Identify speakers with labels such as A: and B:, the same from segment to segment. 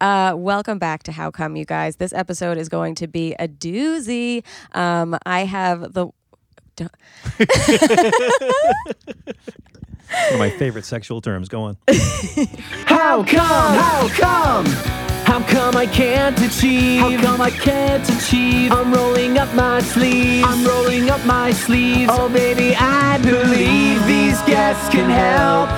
A: Uh, welcome back to How Come, you guys. This episode is going to be a doozy. Um, I have the. Don't-
B: One of my favorite sexual terms. Go on.
C: How come? How come? How come I can't achieve? How come I can't achieve? I'm rolling up my sleeves. I'm rolling up my sleeves. Oh, baby, I believe these guests can help.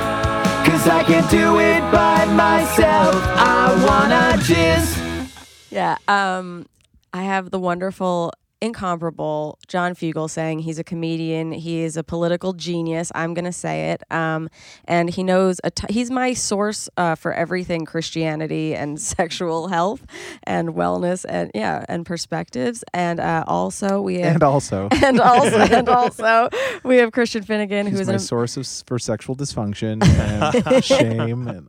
C: Cause I can't do it by myself. I wanna jizz.
A: Yeah. Um, I have the wonderful, incomparable John Fugel saying he's a comedian. He is a political genius. I'm going to say it. Um, and he knows, a t- he's my source uh, for everything Christianity and sexual health and wellness and, yeah, and perspectives. And uh, also, we have.
D: And also,
A: and also, and also, we have Christian Finnegan, who
D: he's
A: is
D: my
A: an,
D: source of, s- for sexual dysfunction and shame. And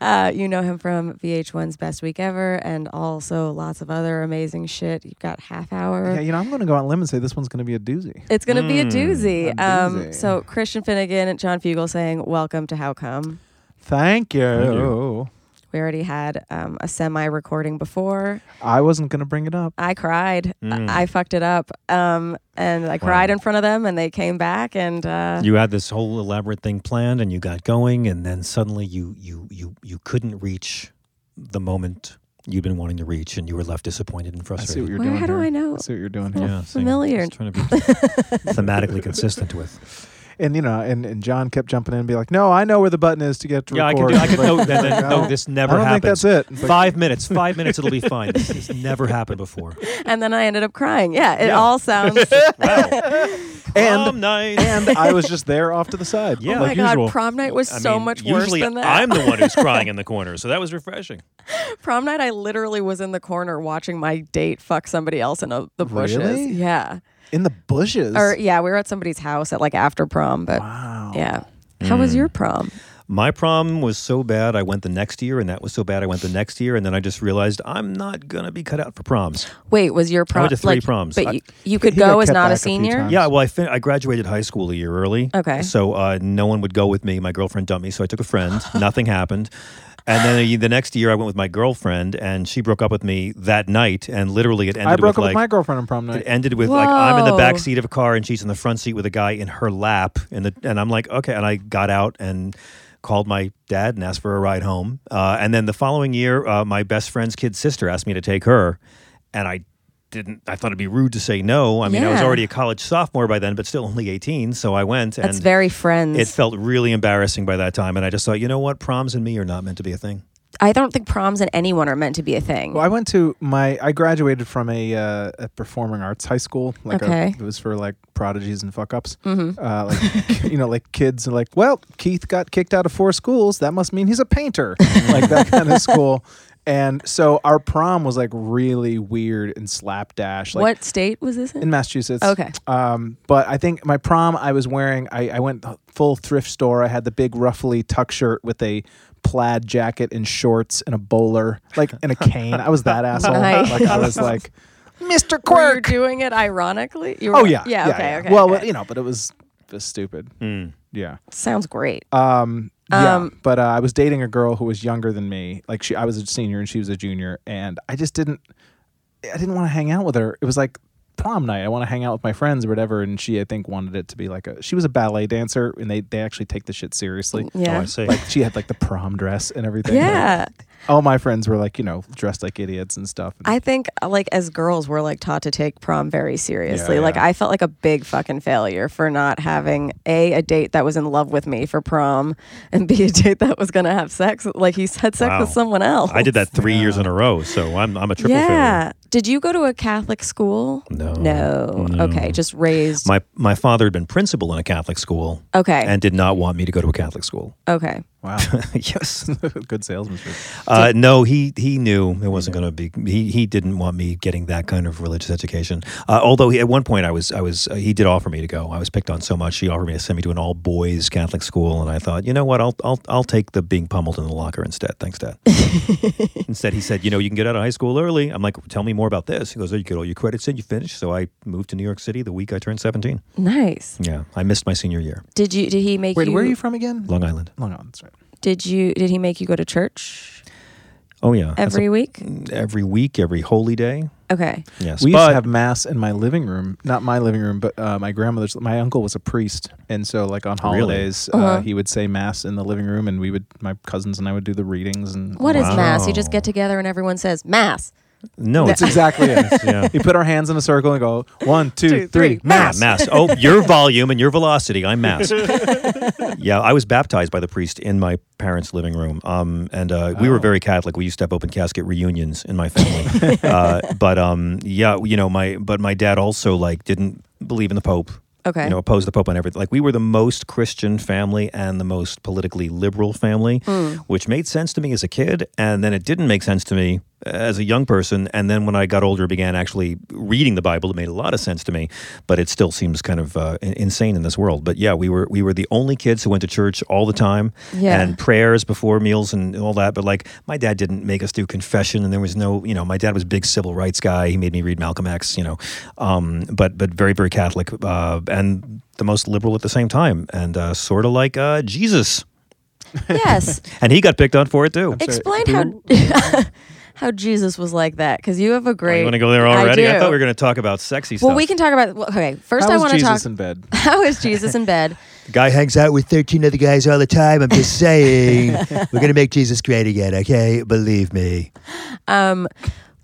A: uh, you know him from VH1's Best Week Ever, and also lots of other amazing shit. You've got Half Hour.
D: yeah, you know, I'm going to go out on a limb and say this one's going to be a doozy.
A: It's gonna
B: Mm,
A: be a doozy.
D: a
A: Um,
D: doozy.
A: so Christian Finnegan and John Fugel saying, "Welcome to How Come."
D: Thank you.
B: you.
A: We already had um, a semi-recording before.
D: I wasn't going to bring it up.
A: I cried.
B: Mm.
A: I-, I fucked it up, um, and I cried in front of them, and they came back, and uh,
B: You had this whole elaborate thing planned and you got going and then suddenly you you you you couldn't reach the moment you'd been wanting to reach and you were left disappointed and
D: I see what
B: frustrated.
D: you're
A: Where-
D: doing.
A: how do
D: here.
A: I know?
D: I see what you're doing here.
B: yeah, same.
A: familiar.
B: Just trying to be thematically consistent with.
D: And you know, and, and John kept jumping in and be like, "No, I know where the button is to get to
B: Yeah, I can
D: record."
B: do. I can.
D: But-
B: No, then, then,
D: I
B: no,
D: don't-
B: this never
D: I don't think
B: happens.
D: that's it. But
B: Five minutes. Five minutes. It'll be fine. This has never happened before.
A: and then I ended up crying. Yeah, it
B: Yeah.
A: all sounds.
B: Wow.
D: And-
B: Prom night.
D: and I was just there off to the side.
B: Yeah.
A: oh my
D: like
A: god,
D: usual.
A: prom night was
B: I
A: so
B: mean,
A: much worse
B: usually
A: than that.
B: I'm the one who's crying in the corner, so that was refreshing.
A: prom night, I literally was in the corner watching my date fuck somebody else in a, the bushes.
D: Really?
A: Yeah.
D: in the bushes.
A: Or yeah, we were at somebody's house at like after prom, but
D: wow. Hmm.
A: yeah. How was your prom?
B: My prom was so bad, I went the next year, and that was so bad, I went the next year, and then I just realized I'm not gonna be cut out for proms.
A: Wait, was your prom
B: went to three
A: like,
B: proms.
A: But
B: I-
A: you, you could
D: He got
A: go as
D: cut
A: not a
D: back a few
A: senior.
D: times.
B: Yeah, well, I fin- I graduated high school a year early.
A: Okay.
B: So uh, no one would go with me. My girlfriend dumped me, so I took a friend. Nothing happened. And then the- the next year, I went with my girlfriend, and she broke up with me that night. And literally, it ended.
D: I broke
B: with,
D: up
B: like,
D: with my girlfriend on prom
B: It
D: night.
B: ended with like I'm in the back
A: Whoa.
B: seat of a car and she's in the front seat with a guy in her lap, and the and I'm like okay, and I got out and called my dad and asked for a ride home, uh, and then the following year, uh, my best friend's kid sister asked me to take her, and I didn't. I thought it'd be rude to say no. I mean, I was
A: Yeah.
B: already a college sophomore by then, but still only 18, so I went and.
A: That's very friends.
B: it felt really embarrassing by that time, and I just thought, you know what, proms and me are not meant to be a thing.
A: I don't think proms and anyone are meant to be a thing.
D: Well, I went to my. I graduated from a, uh, a performing arts high school. Like a-
A: Okay.
D: it was for like prodigies and fuck ups. Uh, like you know, like kids are like, well, Keith got kicked out of four schools. That must mean he's a painter. like that kind of school. And so our prom was like really weird and slapdash. Like
A: what state was this in?
D: in Massachusetts.
A: Okay.
D: Um, but I think my prom, I was wearing, I, I went full thrift store. I had the big ruffly tuck shirt with a plaid jacket and shorts and a bowler, like, and a cane. I was that asshole.
A: Nice.
D: Like, I was like, Mr.
A: Were you
D: Quirk.
A: doing it ironically? You were,
D: Oh, yeah.
A: yeah. okay. Okay.
D: Well,
A: okay.
D: you know, but it was, it was stupid. Yeah.
A: sounds great.
D: Um, yeah,
A: Um,
D: but uh, I was dating a girl who was younger than me. Like she, I was a senior and she was a junior, and I just didn't, I didn't want to hang out with her. It was like prom night. I want to hang out with my friends or whatever. And she, I think, wanted it to be like a. She was a ballet dancer, and they they actually take the shit seriously.
B: Oh,
A: Mm, yeah.
B: I see.
D: Like she had like the prom dress and everything.
A: yeah.
D: Like, all my friends were like, you know, dressed like idiots and stuff.
A: I think uh, like as girls we're like taught to take prom very seriously.
D: Yeah,
A: Like
D: yeah.
A: I felt like a big fucking failure for not having a a date that was in love with me for prom and b a date that was going to have sex like he had sex
B: Wow.
A: with someone else.
B: I did that three years in a row, so I'm I'm a triple failure.
A: Yeah. Did you go to a Catholic school?
B: No.
A: No. Okay, just raised.
B: My my father had been principal in a Catholic school
A: okay.
B: and did not want me to go to a Catholic school.
A: okay.
D: wow,
B: yes.
D: good salesmanship.
B: Uh, no, he he knew it wasn't going to be. He he didn't want me getting that kind of religious education. Uh, although he, at one point I was I was uh, he did offer me to go. I was picked on so much. He offered me to send me to an all boys Catholic school, and I thought, you know what, I'll I'll I'll take the being pummeled in the locker instead. Thanks, Dad. instead, he said, you know, you can get out of high school early. I'm like, tell me more about this. He goes, oh, you get all your credits in, you finish. So I moved to New York City the week I turned 17.
A: Nice.
B: Yeah, I missed my senior year,
A: Did you did he make
D: Wait,
A: you,
D: where are you from again?
B: Long Island.
D: Long Island. That's right.
A: did you did he make you go to church?
B: Oh yeah, That's
A: every week?
B: a- every week, every holy day.
A: Okay.
B: Yes,
D: We used
B: but
D: to have mass in my living room, not my living room, but uh, my grandmother's. My uncle was a priest, and so like on
B: Really?
D: holidays,
A: Uh-huh.
D: uh, he would say mass in the living room, and we would my cousins and I would do the readings and
A: What is
B: Wow.
A: mass? You just get together and everyone says mass.
B: no,
D: That's
B: it's
D: exactly it.
B: yeah.
D: We put our hands in a circle and go one, two, three,
A: Two, three,
D: mass.
B: Yeah, mass. Oh, your volume and your velocity. I'm mass. yeah, I was baptized by the priest in my parents' living room. Um, and uh, we were very Catholic. We used to have open casket reunions in my family. uh, but um, yeah, you know, my but my dad also like didn't believe in the Pope.
A: Okay.
B: You know, opposed the Pope on everything. Like we were the most Christian family and the most politically liberal family, which made sense to me as a kid, and then it didn't make sense to me as a young person. And then when I got older, began actually reading the Bible, it made a lot of sense to me. But it still seems kind of uh, in- insane in this world. But yeah, we were we were the only kids who went to church all the time,
A: Yeah.
B: and prayers before meals and all that. But like my dad didn't make us do confession, and there was no, you know, my dad was a big civil rights guy. He made me read Malcolm X, you know, um, but but very very Catholic uh, and the most liberal at the same time, and uh, sort of like uh, Jesus.
A: Yes.
B: And he got picked on for it too.
D: sorry,
A: Explain how how Jesus was like that because you have a
B: Oh,
A: great.
B: you want to go there already?
A: I, do.
B: thought we were going to talk about sexy stuff.
A: Well, we can talk about. Well, okay, first
D: How
A: I
D: was
A: want to
D: Jesus
A: talk.
D: in bed?
A: how is Jesus in bed?
B: Guy hangs out with thirteen other guys all the time. I'm just saying, we're going to make Jesus great again. Okay, believe me.
A: Um,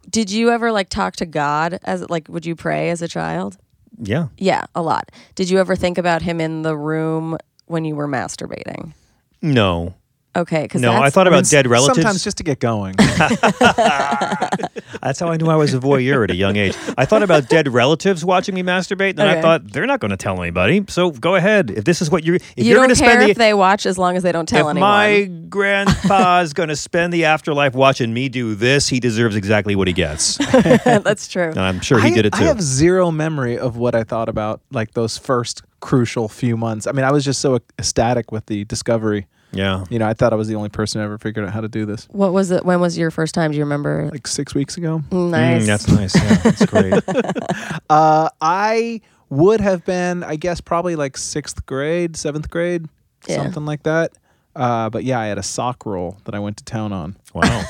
A: did you ever like talk to God as like would you pray as a child?
B: Yeah.
A: Yeah, a lot. Did you ever think about him in the room when you were masturbating?
B: No.
A: Okay, because
B: No, I thought
D: I mean,
B: about dead relatives.
D: Sometimes just to get going.
B: That's how I knew I was a voyeur at a young age. I thought about dead relatives watching me masturbate, and then
A: Okay.
B: I thought they're not going to tell anybody. So go ahead. If this is what you're, if
A: you
B: are
A: don't
B: going to
A: care
B: spend
A: if
B: the,
A: they watch as long as they don't
B: if
A: tell anyone.
B: my grandpa's going to spend the afterlife watching me do this, he deserves exactly what he gets. And
A: That's true.
B: I'm sure he
D: I,
B: did it
D: I
B: too.
D: have zero memory of what I thought about like those first crucial few months. I mean, I was just so ecstatic with the discovery.
B: yeah.
D: You know, I thought I was the only person who ever figured out how to do this.
A: What was it? When was your first time? Do you remember?
D: Like six weeks ago.
A: nice.
B: Mm, that's nice. Yeah, that's great.
D: Uh, I would have been, I guess, probably like sixth grade, seventh grade,
A: Yeah.
D: something like that. Uh, but yeah, I had a sock roll that I went to town on.
B: Wow.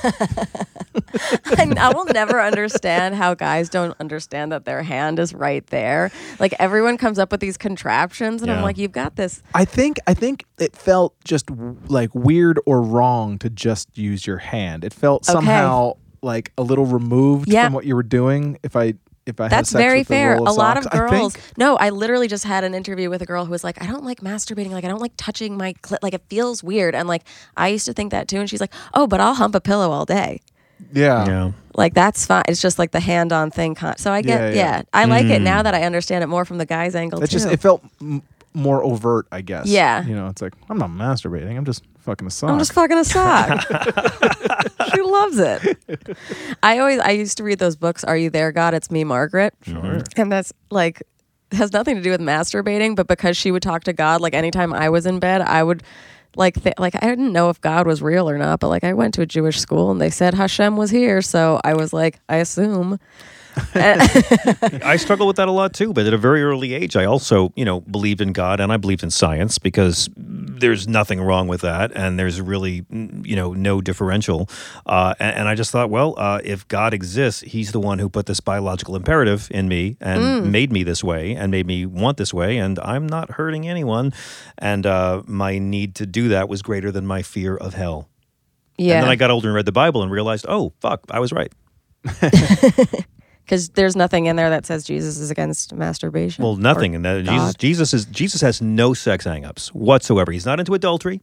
A: and I will never understand how guys don't understand that their hand is right there. Like everyone comes up with these contraptions, and I'm
B: Yeah.
A: like, you've got this.
D: I think I think it felt just w- like weird or wrong to just use your hand. It felt somehow like a little removed
A: Yeah.
D: from what you were doing. If I if I had
A: That's
D: sex
A: very
D: with the
A: fair.
D: roll
A: A lot of
D: socks, I think-
A: girls. No, I literally just had an interview with a girl who was like, I don't like masturbating. Like, I don't like touching my clit. Like, it feels weird. And like, I used to think that too. And she's like, oh, but I'll hump a pillow all day.
D: yeah.
B: Yeah.
A: Like, that's fine. It's just like the hand on thing. Con- so I get, yeah,
D: Yeah, yeah.
A: I like it now that I understand it more from the guy's angle
D: It
A: too.
D: just it felt m- more overt, I guess.
A: Yeah.
D: You know, it's like I'm not masturbating. I'm just fucking a sock.
A: I'm just fucking a sock. she loves it. I always I used to read those books, Are You There, God? It's Me, Margaret. Sure. And that's like has nothing to do with masturbating, but because she would talk to God, like anytime I was in bed, I would like th- like I didn't know if God was real or not, but like I went to a Jewish school and they said Hashem was here, so I was like, I assume.
B: I struggle with that a lot too, but at a very early age, I also, you know, believed in God and I believed in science because there's nothing wrong with that. And there's really, mm, you know, no differential. Uh, and, and I just thought, well, uh, if God exists, he's the one who put this biological imperative in me and made me this way and made me want this way. And I'm not hurting anyone. And uh, my need to do that was greater than my fear of hell. And then I
A: Yeah.
B: got older and read the Bible and realized, oh, fuck, I was right.
A: Because there's nothing in there that says Jesus is against masturbation.
B: Well, nothing, and that Jesus,
A: God.
B: Jesus is Jesus has no sex hang-ups whatsoever. He's not into adultery,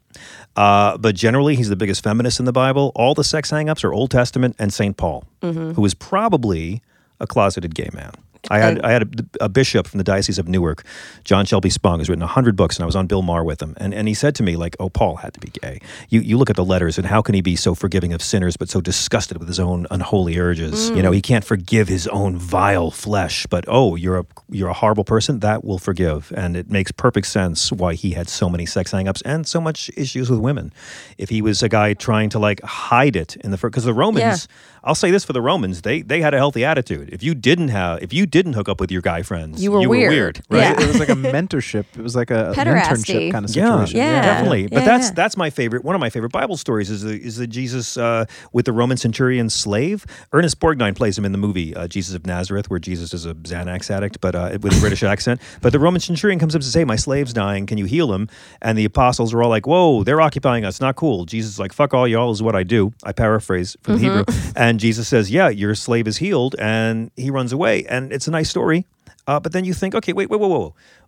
B: uh, but generally he's the biggest feminist in the Bible. All the sex hang-ups are Old Testament and Saint Paul, who was probably a closeted gay man. I had I had a, a bishop from the diocese of Newark, John Shelby Spong, who's written hundred books, and I was on Bill Maher with him, and, and he said to me like, "Oh, Paul had to be gay. You you look at the letters, and how can he be so forgiving of sinners, but so disgusted with his own unholy urges? You know, he can't forgive his own vile flesh. But oh, you're a you're a horrible person. That will forgive, and it makes perfect sense why he had so many sex hangups and so much issues with women. If he was a guy trying to like hide it in the because the Romans. I'll say this for the Romans, they they had a healthy attitude. If you didn't have if you didn't hook up with your guy friends,
A: You were weird.
B: right?
A: Yeah.
D: It was like a mentorship. It was like a an
A: Pederasty.
D: internship kind of
B: Yeah,
D: situation.
A: Yeah. Yeah.
B: definitely. But
A: Yeah,
B: that's
A: yeah.
B: that's my favorite. One of my favorite Bible stories is the is the Jesus uh, with the Roman centurion slave. Ernest Borgnine plays him in the movie uh, Jesus of Nazareth, where Jesus is a Xanax addict, but uh, with a British accent. But the Roman centurion comes up to say, "My slave's dying. Can you heal him?" And the apostles are all like, "Whoa, they're occupying us. Not cool." Jesus is like, "Fuck all y'all is what I do." I paraphrase from
A: Mm-hmm.
B: the Hebrew. And Jesus says, "Yeah, your slave is healed," and he runs away. And it's a nice story. Uh, but then you think, okay, wait, wait, whoa, whoa,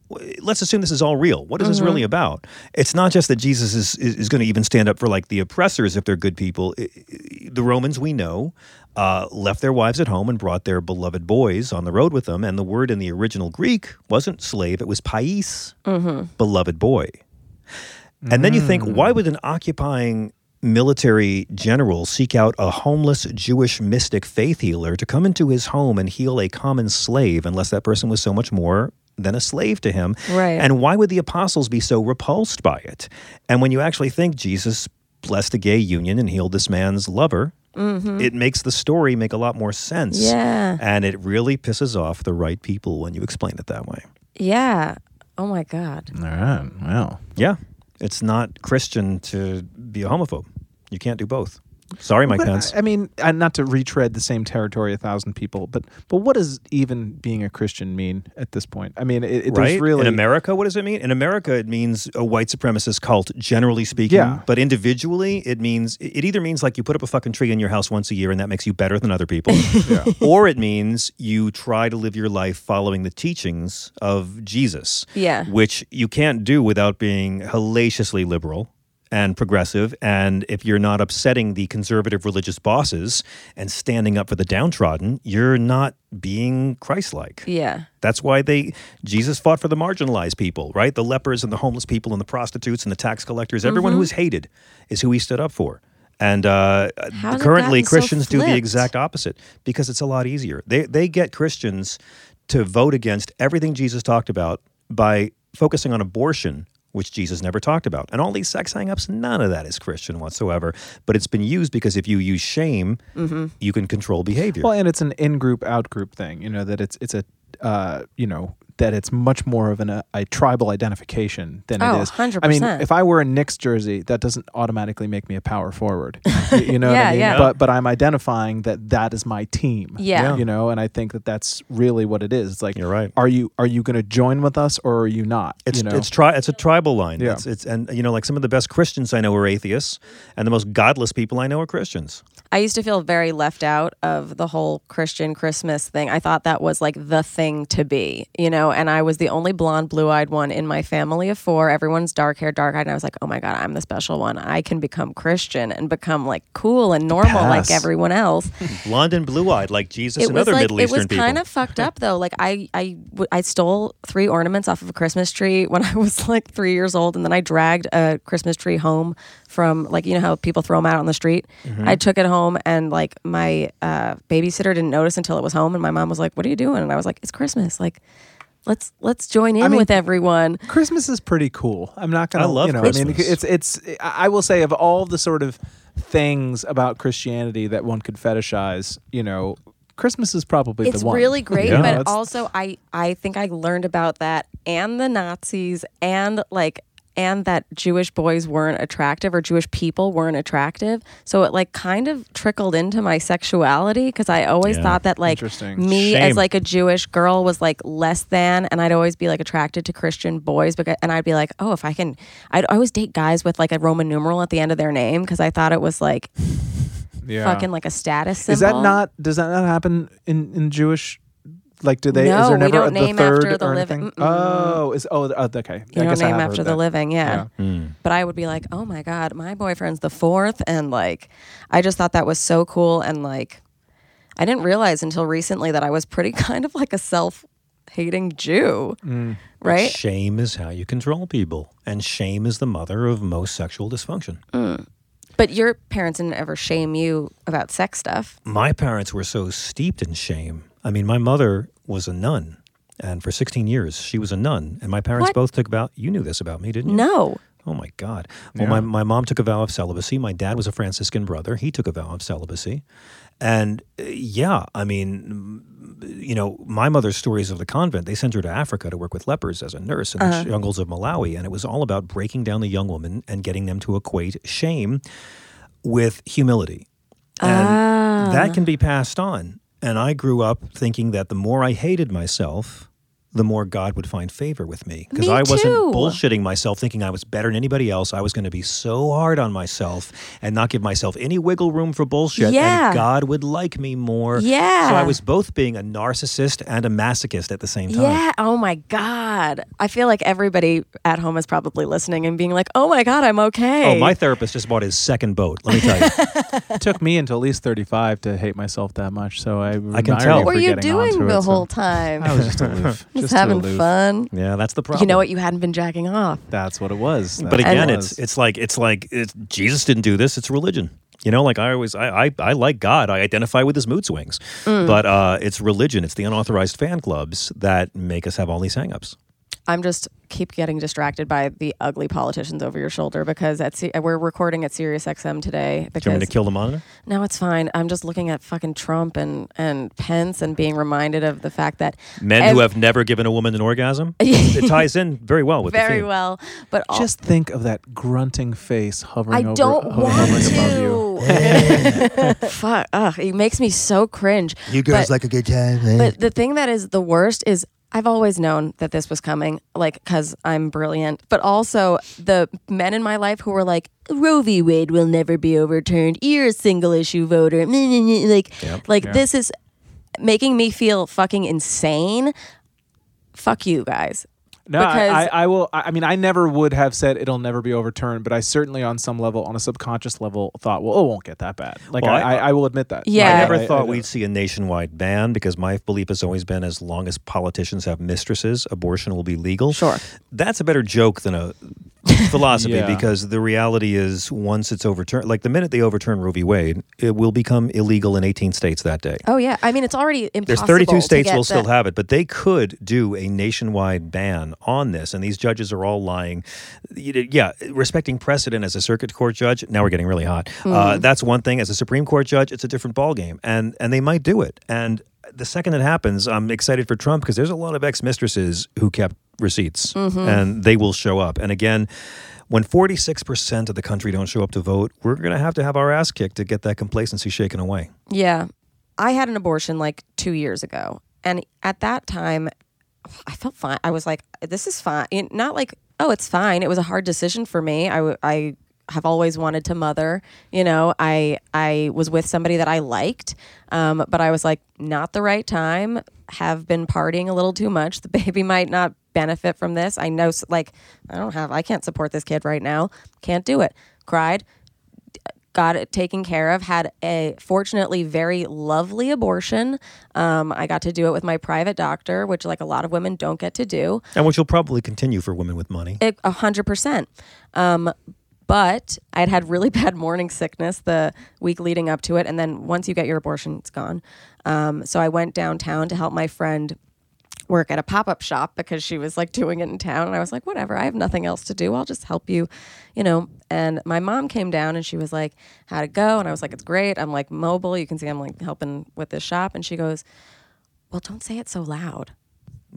B: whoa. W- Let's assume this is all real. What is this really about? It's not just that Jesus is, is, is going to even stand up for like the oppressors if they're good people. I- I- The Romans, we know, uh, left their wives at home and brought their beloved boys on the road with them. And the word in the original Greek wasn't slave, it was pais, beloved boy. And then you think, why would an occupying military general seek out a homeless Jewish mystic faith healer to come into his home and heal a common slave unless that person was so much more than a slave to him?
A: Right.
B: And why would the apostles be so repulsed by it? And when you actually think Jesus blessed a gay union and healed this man's lover, it makes the story make a lot more sense.
A: Yeah.
B: And it really pisses off the right people when you explain it that way.
A: Yeah. Oh my God.
D: All right. Wow.
B: Yeah. It's not Christian to be a homophobe. You can't do both. Sorry, Mike
D: But,
B: Pence.
D: I, I mean, uh, not to retread the same territory a thousand people, but but what does even being a Christian mean at this point? I mean, it, it,
B: right?
D: there's really
B: In America, what does it mean? In America, it means a white supremacist cult, generally speaking.
D: Yeah.
B: But individually, it means it either means like you put up a fucking tree in your house once a year and that makes you better than other people, or it means you try to live your life following the teachings of Jesus.
A: Yeah.
B: Which you can't do without being hellaciously liberal. And progressive, and if you're not upsetting the conservative religious bosses and standing up for the downtrodden, you're not being Christ-like.
A: Yeah.
B: That's why they Jesus fought for the marginalized people, right? The lepers and the homeless people and the prostitutes and the tax collectors. Everyone
A: Mm-hmm.
B: who is hated is who he stood up for. And uh,
A: How has it
B: currently,
A: gotten so
B: Christians do the
A: flipped?
B: exact opposite because it's a lot easier. They they get Christians to vote against everything Jesus talked about by focusing on abortion, which Jesus never talked about, and all these sex hangups. None of that is Christian whatsoever. But it's been used because if you use shame,
A: Mm-hmm.
B: you can control behavior.
D: well, and it's an in-group, out-group thing. You know that it's it's a uh, you know that it's much more of an uh, a, a tribal identification than
A: Oh,
D: it is. I mean,
A: 100%.
D: if I were a Knicks jersey, that doesn't automatically make me a power forward. you, you know what
A: Yeah,
D: I mean?
A: yeah.
D: But but I'm identifying that that is my team.
A: Yeah.
D: You know, and I think that that's really what it is. It's like
B: You're right.
D: Are you are you going to join with us or are you not?
B: It's
D: you know?
B: it's tri- it's a tribal line.
D: Yeah.
B: It's, it's and you know like some of the best Christians I know are atheists, and the most godless people I know are Christians.
A: I used to feel very left out of the whole Christian Christmas thing. I thought that was like the thing to be, you know, and I was the only blonde, blue eyed one in my family of four. Everyone's dark haired, dark eyed. And I was like, oh my God, I'm the special one. I can become Christian and become like cool and normal like
D: pass.
A: everyone else.
B: Blonde and blue eyed like Jesus
A: it
B: and
A: was
B: other
A: like
B: Middle
A: it
B: Eastern
A: was
B: people.
A: kind of fucked up though. Like I, I, w- I stole three ornaments off of a Christmas tree when I was like three years old, and then I dragged a Christmas tree home from like you know how people throw them out on the street.
B: Mm-hmm.
A: I took it home, and like my uh, babysitter didn't notice until it was home, and my mom was like, "What are you doing?" And I was like, "It's Christmas. Like, let's let's join in
D: mean-
A: with everyone."
D: Christmas is pretty cool. I'm not gonna.
B: I love
D: you know, I mean,
B: Christmas.
D: it's it's. I I will say of all the sort of things about Christianity that one could fetishize, you know, Christmas is probably
A: it's
D: the one.
A: really great
B: Yeah.
A: but
D: It's-
A: also i i think i learned about that and the nazis and like and that jewish boys weren't attractive or jewish people weren't attractive so it like kind of trickled into my sexuality because i always
B: Yeah.
A: thought that like
D: Interesting.
A: me
B: Shame.
A: as like a jewish girl was like less than and i'd always be like attracted to christian boys because and i'd be like oh if i can i'd always date guys with like a roman numeral at the end of their name because i thought it was like
D: yeah.
A: fucking like a status symbol
D: Is that not? Does that not happen in in Jewish? Like, do they?
A: No,
D: is there
A: we
D: never
A: don't
D: a- the
A: name
D: third
A: after the
D: or
A: living-
D: anything?
A: Mm-mm.
D: Oh, is oh uh, okay.
A: you
D: I
A: know,
D: guess I
A: name
D: have
A: after
D: heard
A: the
D: that.
A: living. Yeah.
D: Mm.
A: But I would be like, oh my God, my boyfriend's the fourth. And like, I just thought that was so cool. And like, I didn't realize until recently that I was pretty kind of like a self hating Jew. Right.
B: Shame is how you control people, and shame is the mother of most sexual dysfunction.
A: But your parents didn't ever shame you about sex stuff.
B: my parents were so steeped in shame. I mean, my mother was a nun, and for 16 years she was a nun, and my parents
A: What?
B: both took about. You knew this about me, didn't you?
A: No.
B: Oh Oh my God. Well, my, my mom took a vow of celibacy. My dad was a Franciscan brother. He took a vow of celibacy. And uh, yeah, I mean, mm, you know, my mother's stories of the convent, they sent her to Africa to work with lepers as a nurse in
A: Uh-huh.
B: the jungles of Malawi. And it was all about breaking down the young woman and getting them to equate shame with humility. And that can
A: Ah.
B: be passed on. And I grew up thinking that the more I hated myself, the more God would find favor with me. Because
A: Me
B: I wasn't
A: too.
B: bullshitting myself, thinking I was better than anybody else. I was going to be so hard on myself and not give myself any wiggle room for bullshit.
A: Yeah.
B: And God would like me more.
A: Yeah.
B: So I was both being a narcissist and a masochist at the same time.
A: Yeah. Oh my God. I feel like everybody at home is probably listening and being like, oh my God, I'm okay.
B: Oh, my therapist just bought his second boat. Let me tell you.
D: It took me until at least 35 to hate myself that much. So
B: I
D: I,
B: can tell.
D: admire You
B: What
A: what
D: for
A: were you
D: getting onto
A: doing the
D: it, so-
A: whole time?
D: I was just aloof.
A: just,
D: just too
A: having
D: aloof.
A: fun.
B: yeah, that's the problem.
A: You know what? You hadn't been jacking off.
D: That's what it was. That's
B: but
D: what it
B: again,
D: was.
B: it's it's like it's like it's, Jesus didn't do this. It's religion. You know, like I always, I, I, I like God. I identify with his mood swings,
A: Mm.
B: but uh, it's religion. It's the unauthorized fan clubs that make us have all these hangups.
A: I'm just keep getting distracted by the ugly politicians over your shoulder because at C- we're recording at Sirius XM today.
B: Do you want
A: Because
B: me to kill the monitor?
A: no, it's fine. I'm just looking at fucking Trump and and Pence and being reminded of the fact that
B: Men
A: ev-
B: who have never given a woman an orgasm. it ties in very well with the
A: very
B: theme.
A: well, but all,
D: Just think of that grunting face hovering
A: I
D: over
A: don't
D: hovering
A: want
D: above you.
A: to. Fuck. Ugh, it makes me so cringe.
E: You girls
A: But-
E: like a good time, eh?
A: But the thing that is the worst is I've always known that this was coming, like, because I'm brilliant. But also the men in my life who were like, Roe v. Wade will never be overturned. You're a single issue voter. Like, like this is making me feel fucking insane. Fuck you guys.
D: No, I,
A: Because-
D: I, I will. I I mean, I never would have said it'll never be overturned, but I certainly, on some level, on a subconscious level, thought, well, it won't get that bad. Like,
B: Well,
D: I, I,
B: I-
D: I will admit that.
A: Yeah.
B: I never
D: I- I
B: thought
D: don't-
B: we'd see a nationwide ban because my belief has always been as long as politicians have mistresses, abortion will be legal.
A: Sure.
B: That's a better joke than a philosophy
D: Yeah.
B: because the reality is once it's overturned, like the minute they overturn Roe v. Wade, it will become illegal in 18 states that day.
A: Oh, yeah. I mean, it's already impossible.
B: There's 32
A: to
B: states
A: get
B: will still
A: the-
B: have it, but they could do a nationwide ban on this. And these judges are all lying. You know, Yeah, respecting precedent as a circuit court judge. Now we're getting really hot.
A: Mm-hmm.
B: Uh, that's one thing. As a Supreme Court judge, it's a different ballgame, and and they might do it. And the second it happens, I'm excited for Trump because there's a lot of ex mistresses who kept receipts,
A: Mm-hmm.
B: and they will show up. And again. When 46% of the country don't show up to vote, we're going to have to have our ass kicked to get that complacency shaken away.
A: Yeah. I had an abortion like two years ago. And at that time, I felt fine. I was like, this is fine. And Not like, oh, it's fine. It was a hard decision for me. I, w- I have always wanted to mother. You know, I, I was with somebody that I liked, um, but I was like, not the right time. Have been partying a little too much. The baby might not benefit from this. I know, s- like, I don't have, I can't support this kid right now. Can't do it. Cried got it taken care of had a fortunately very lovely abortion um, i got to do it with my private doctor which like a lot of women don't get to do
B: And which will probably continue for women with money.
A: it, a hundred percent um, but i'd had really bad morning sickness the week leading up to it and then once you get your abortion it's gone um, so i went downtown to help my friend work at a pop-up shop because she was like doing it in town and I was like whatever I have nothing else to do I'll just help you you know and my mom came down and she was like how'd it go and I was like it's great I'm like mobile you can see I'm like helping with this shop and she goes well don't say it so loud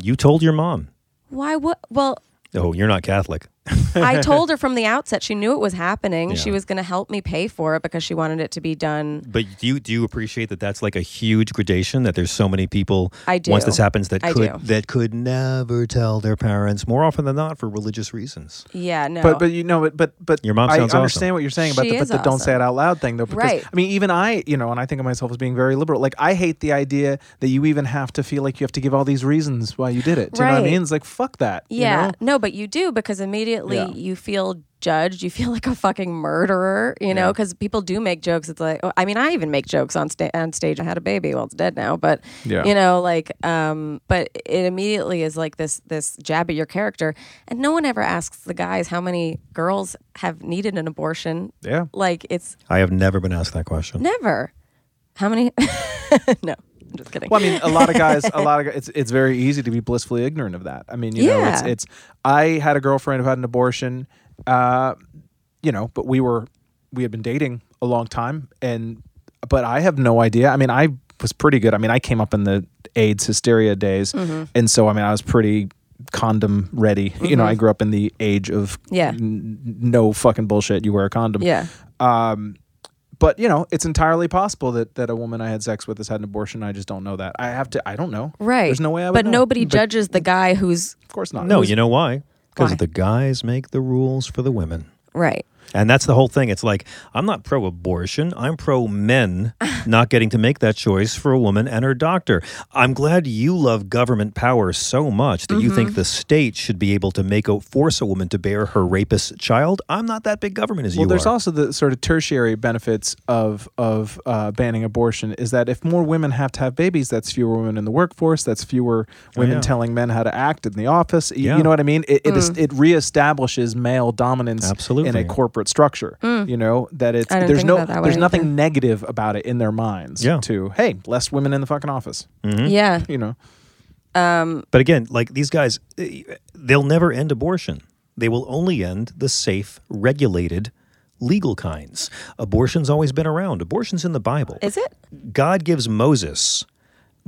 B: You told your mom.
A: why would well
B: Oh, you're not Catholic.
A: I told her from the outset she knew it was happening she was going to help me pay for it because she wanted it to be done
B: But do you do you appreciate that that's like a huge gradation that there's so many people
A: I do.
B: once this happens that
A: I
B: could
A: do.
B: that could never tell their parents more often than not for religious reasons.
A: yeah no
D: But but you know but but but
B: Your mom sounds
D: I
B: awesome.
D: understand what you're saying about
A: She
D: the, but
A: is
D: the don't say
A: awesome.
D: it out loud thing though because
A: Right.
D: I mean even I you know and I think of myself as being very liberal like I hate the idea that you even have to feel like you have to give all these reasons why you did it do you know what I
A: Right.
D: mean it's like fuck that you
A: Yeah.
D: know?
A: No, but you do because immediately
D: Yeah.
A: you feel judged. You feel like a fucking murderer, you know, because people do make jokes. It's like, I mean, I even make jokes on, sta- on stage. I had a baby. Well, it's dead now, but,
D: Yeah.
A: you know, like, um, but it immediately is like this, this jab at your character. And no one ever asks the guys how many girls have needed an abortion.
D: Yeah.
A: Like, it's
B: I have never been asked that question.
A: never. How many? no, I'm just kidding.
D: Well, I mean, a lot of guys, a lot of guys, it's it's very easy to be blissfully ignorant of that. I mean, you know, it's
A: Yeah.
D: it's. I had a girlfriend who had an abortion. uh, you know, but we were we had been dating a long time, and but I have no idea. I mean, I was pretty good. I mean, I came up in the AIDS hysteria days,
A: Mm-hmm.
D: and so I mean, I was pretty condom ready. You know, I grew up in the age of
A: Mm-hmm. Yeah.
D: n- no fucking bullshit. You wear a condom.
A: Yeah.
D: Um, but you know, it's entirely possible that that a woman I had sex with has had an abortion. I just don't know that. I have to. I don't know.
A: Right.
D: There's no way I would.
A: But
D: know.
A: nobody judges the guy who's
D: Of course not.
B: No, you know why? Because
A: Why?
B: the guys make the rules for the women.
A: right.
B: And that's the whole thing. It's like, I'm not pro abortion. I'm pro men not getting to make that choice for a woman and her doctor. I'm glad you love government power so much that you think the state should be able to make a, force a woman to bear her rapist child. I'm not that big government as
D: Well,
B: you
D: there's
B: are.
D: also the sort of tertiary benefits of of uh, banning abortion is that if more women have to have babies, that's fewer women in the workforce. That's fewer women
B: Oh, yeah.
D: telling men how to act in the office. Y-
B: Yeah.
D: You know what I mean? It it, is,
A: Mm.
D: it reestablishes male dominance in
B: Absolutely.
D: a corporate structure. You know that it's
A: Mm. I didn't
D: there's
A: think
D: no
A: about it that
D: there's
A: way.
D: nothing negative about it in their minds.
B: Yeah.
D: To hey, less women in the fucking office.
A: Yeah.
D: You know.
B: But again, like these guys, eh, they'll never end abortion. They will only end the safe, regulated, legal kinds. Abortion's always been around. Abortion's in the Bible.
A: Is it?
B: God gives Moses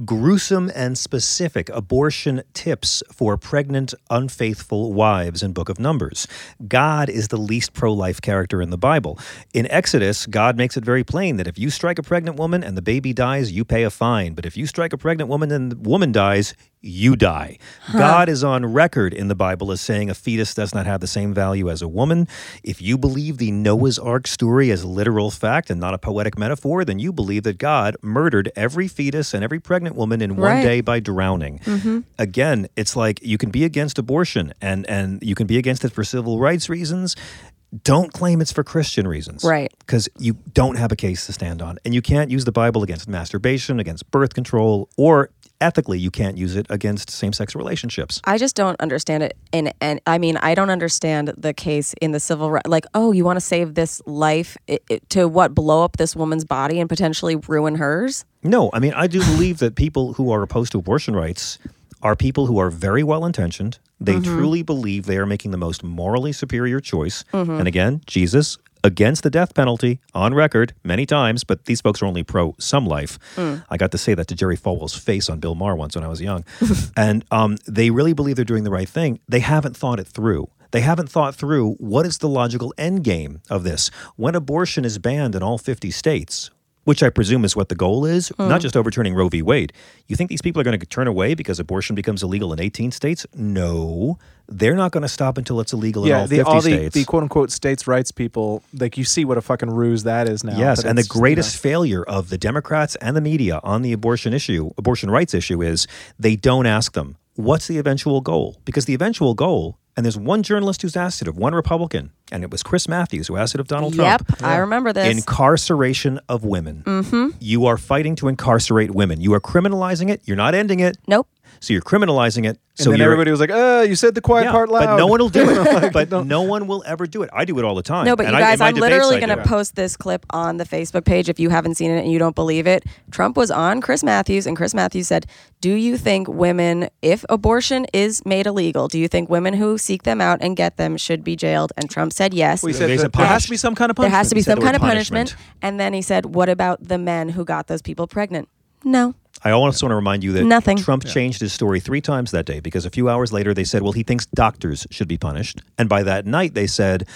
B: gruesome and specific abortion tips for pregnant unfaithful wives in book of numbers god is the least pro-life character in the bible in exodus god makes it very plain that if you strike a pregnant woman and the baby dies you pay a fine but if you strike a pregnant woman and the woman dies you die god is on record in the bible as saying a fetus does not have the same value as a woman if you believe the noah's ark story as literal fact and not a poetic metaphor then you believe that god murdered every fetus and every pregnant woman in one
A: Right.
B: day by drowning. Again, it's like you can be against abortion and and you can be against it for civil rights reasons. Don't claim it's for Christian reasons.
A: Right.
B: Because you don't have a case to stand on. And you can't use the Bible against masturbation, against birth control, or ethically, you can't use it against same sex relationships.
A: I just don't understand it. And and I mean, I don't understand the case in the civil right. Like, oh, you want to save this life it, it, to what? Blow up this woman's body and potentially ruin hers.
B: No, I mean, I do believe that people who are opposed to abortion rights are people who are very well intentioned. They truly believe they are making the most morally superior choice. And again, Jesus against the death penalty on record many times, but these folks are only pro some life. I got to say that to Jerry Falwell's face on Bill Maher once when I was young. and um, they really believe they're doing the right thing. They haven't thought it through. They haven't thought through what is the logical end game of this. When abortion is banned in all 50 states, which I presume is what the goal is, not just overturning Roe v. Wade. You think these people are going to turn away because abortion becomes illegal in 18 states? No. They're not going to stop until it's illegal in all 50
D: the, all the,
B: states.
D: the quote unquote states rights people like you see what a fucking ruse that is now.
B: Yes,
D: but
B: and the
D: it's, you know.
B: greatest failure of the Democrats and the media on the abortion issue, abortion rights issue, is they don't ask them what's the eventual goal because the eventual goal, and there's one journalist who's asked it of one Republican, and it was Chris Matthews who asked it of Donald Trump.
A: Yep, I remember this.
B: Incarceration of women. Mm-hmm. You are fighting to incarcerate women. You are criminalizing it. You're not ending it.
A: nope.
B: So you're criminalizing it.
D: And
B: so
D: then
B: you're,
D: everybody was like, "Uh, you said the quiet
B: yeah,
D: part loud."
B: but no one will do it. but no one will ever do it. I do it all the time.
A: No, but
B: And
A: you
B: I- in
A: guys,
B: my
A: I'm
B: debates,
A: literally
B: I do
A: going to
B: it.
A: post this clip on the Facebook page if you haven't seen it and you don't believe it. Trump was on Chris Matthews, and Chris Matthews said, Do you think women, if abortion is made illegal, do you think women who seek them out and get them should be jailed? And Trump said yes.
D: We said
B: There's
D: that
B: a
D: there has
B: punish-
D: to be some kind of
A: there
D: punishment.
A: has to be
B: He said
A: some
B: the word
A: kind of punishment.
B: punishment.
A: And then he said, What about the men who got those people pregnant? No.
B: I also want to remind you that
A: Nothing.
B: Trump changed his story three times that day because a few hours later they said, well, he thinks doctors should be punished. And by that night they said,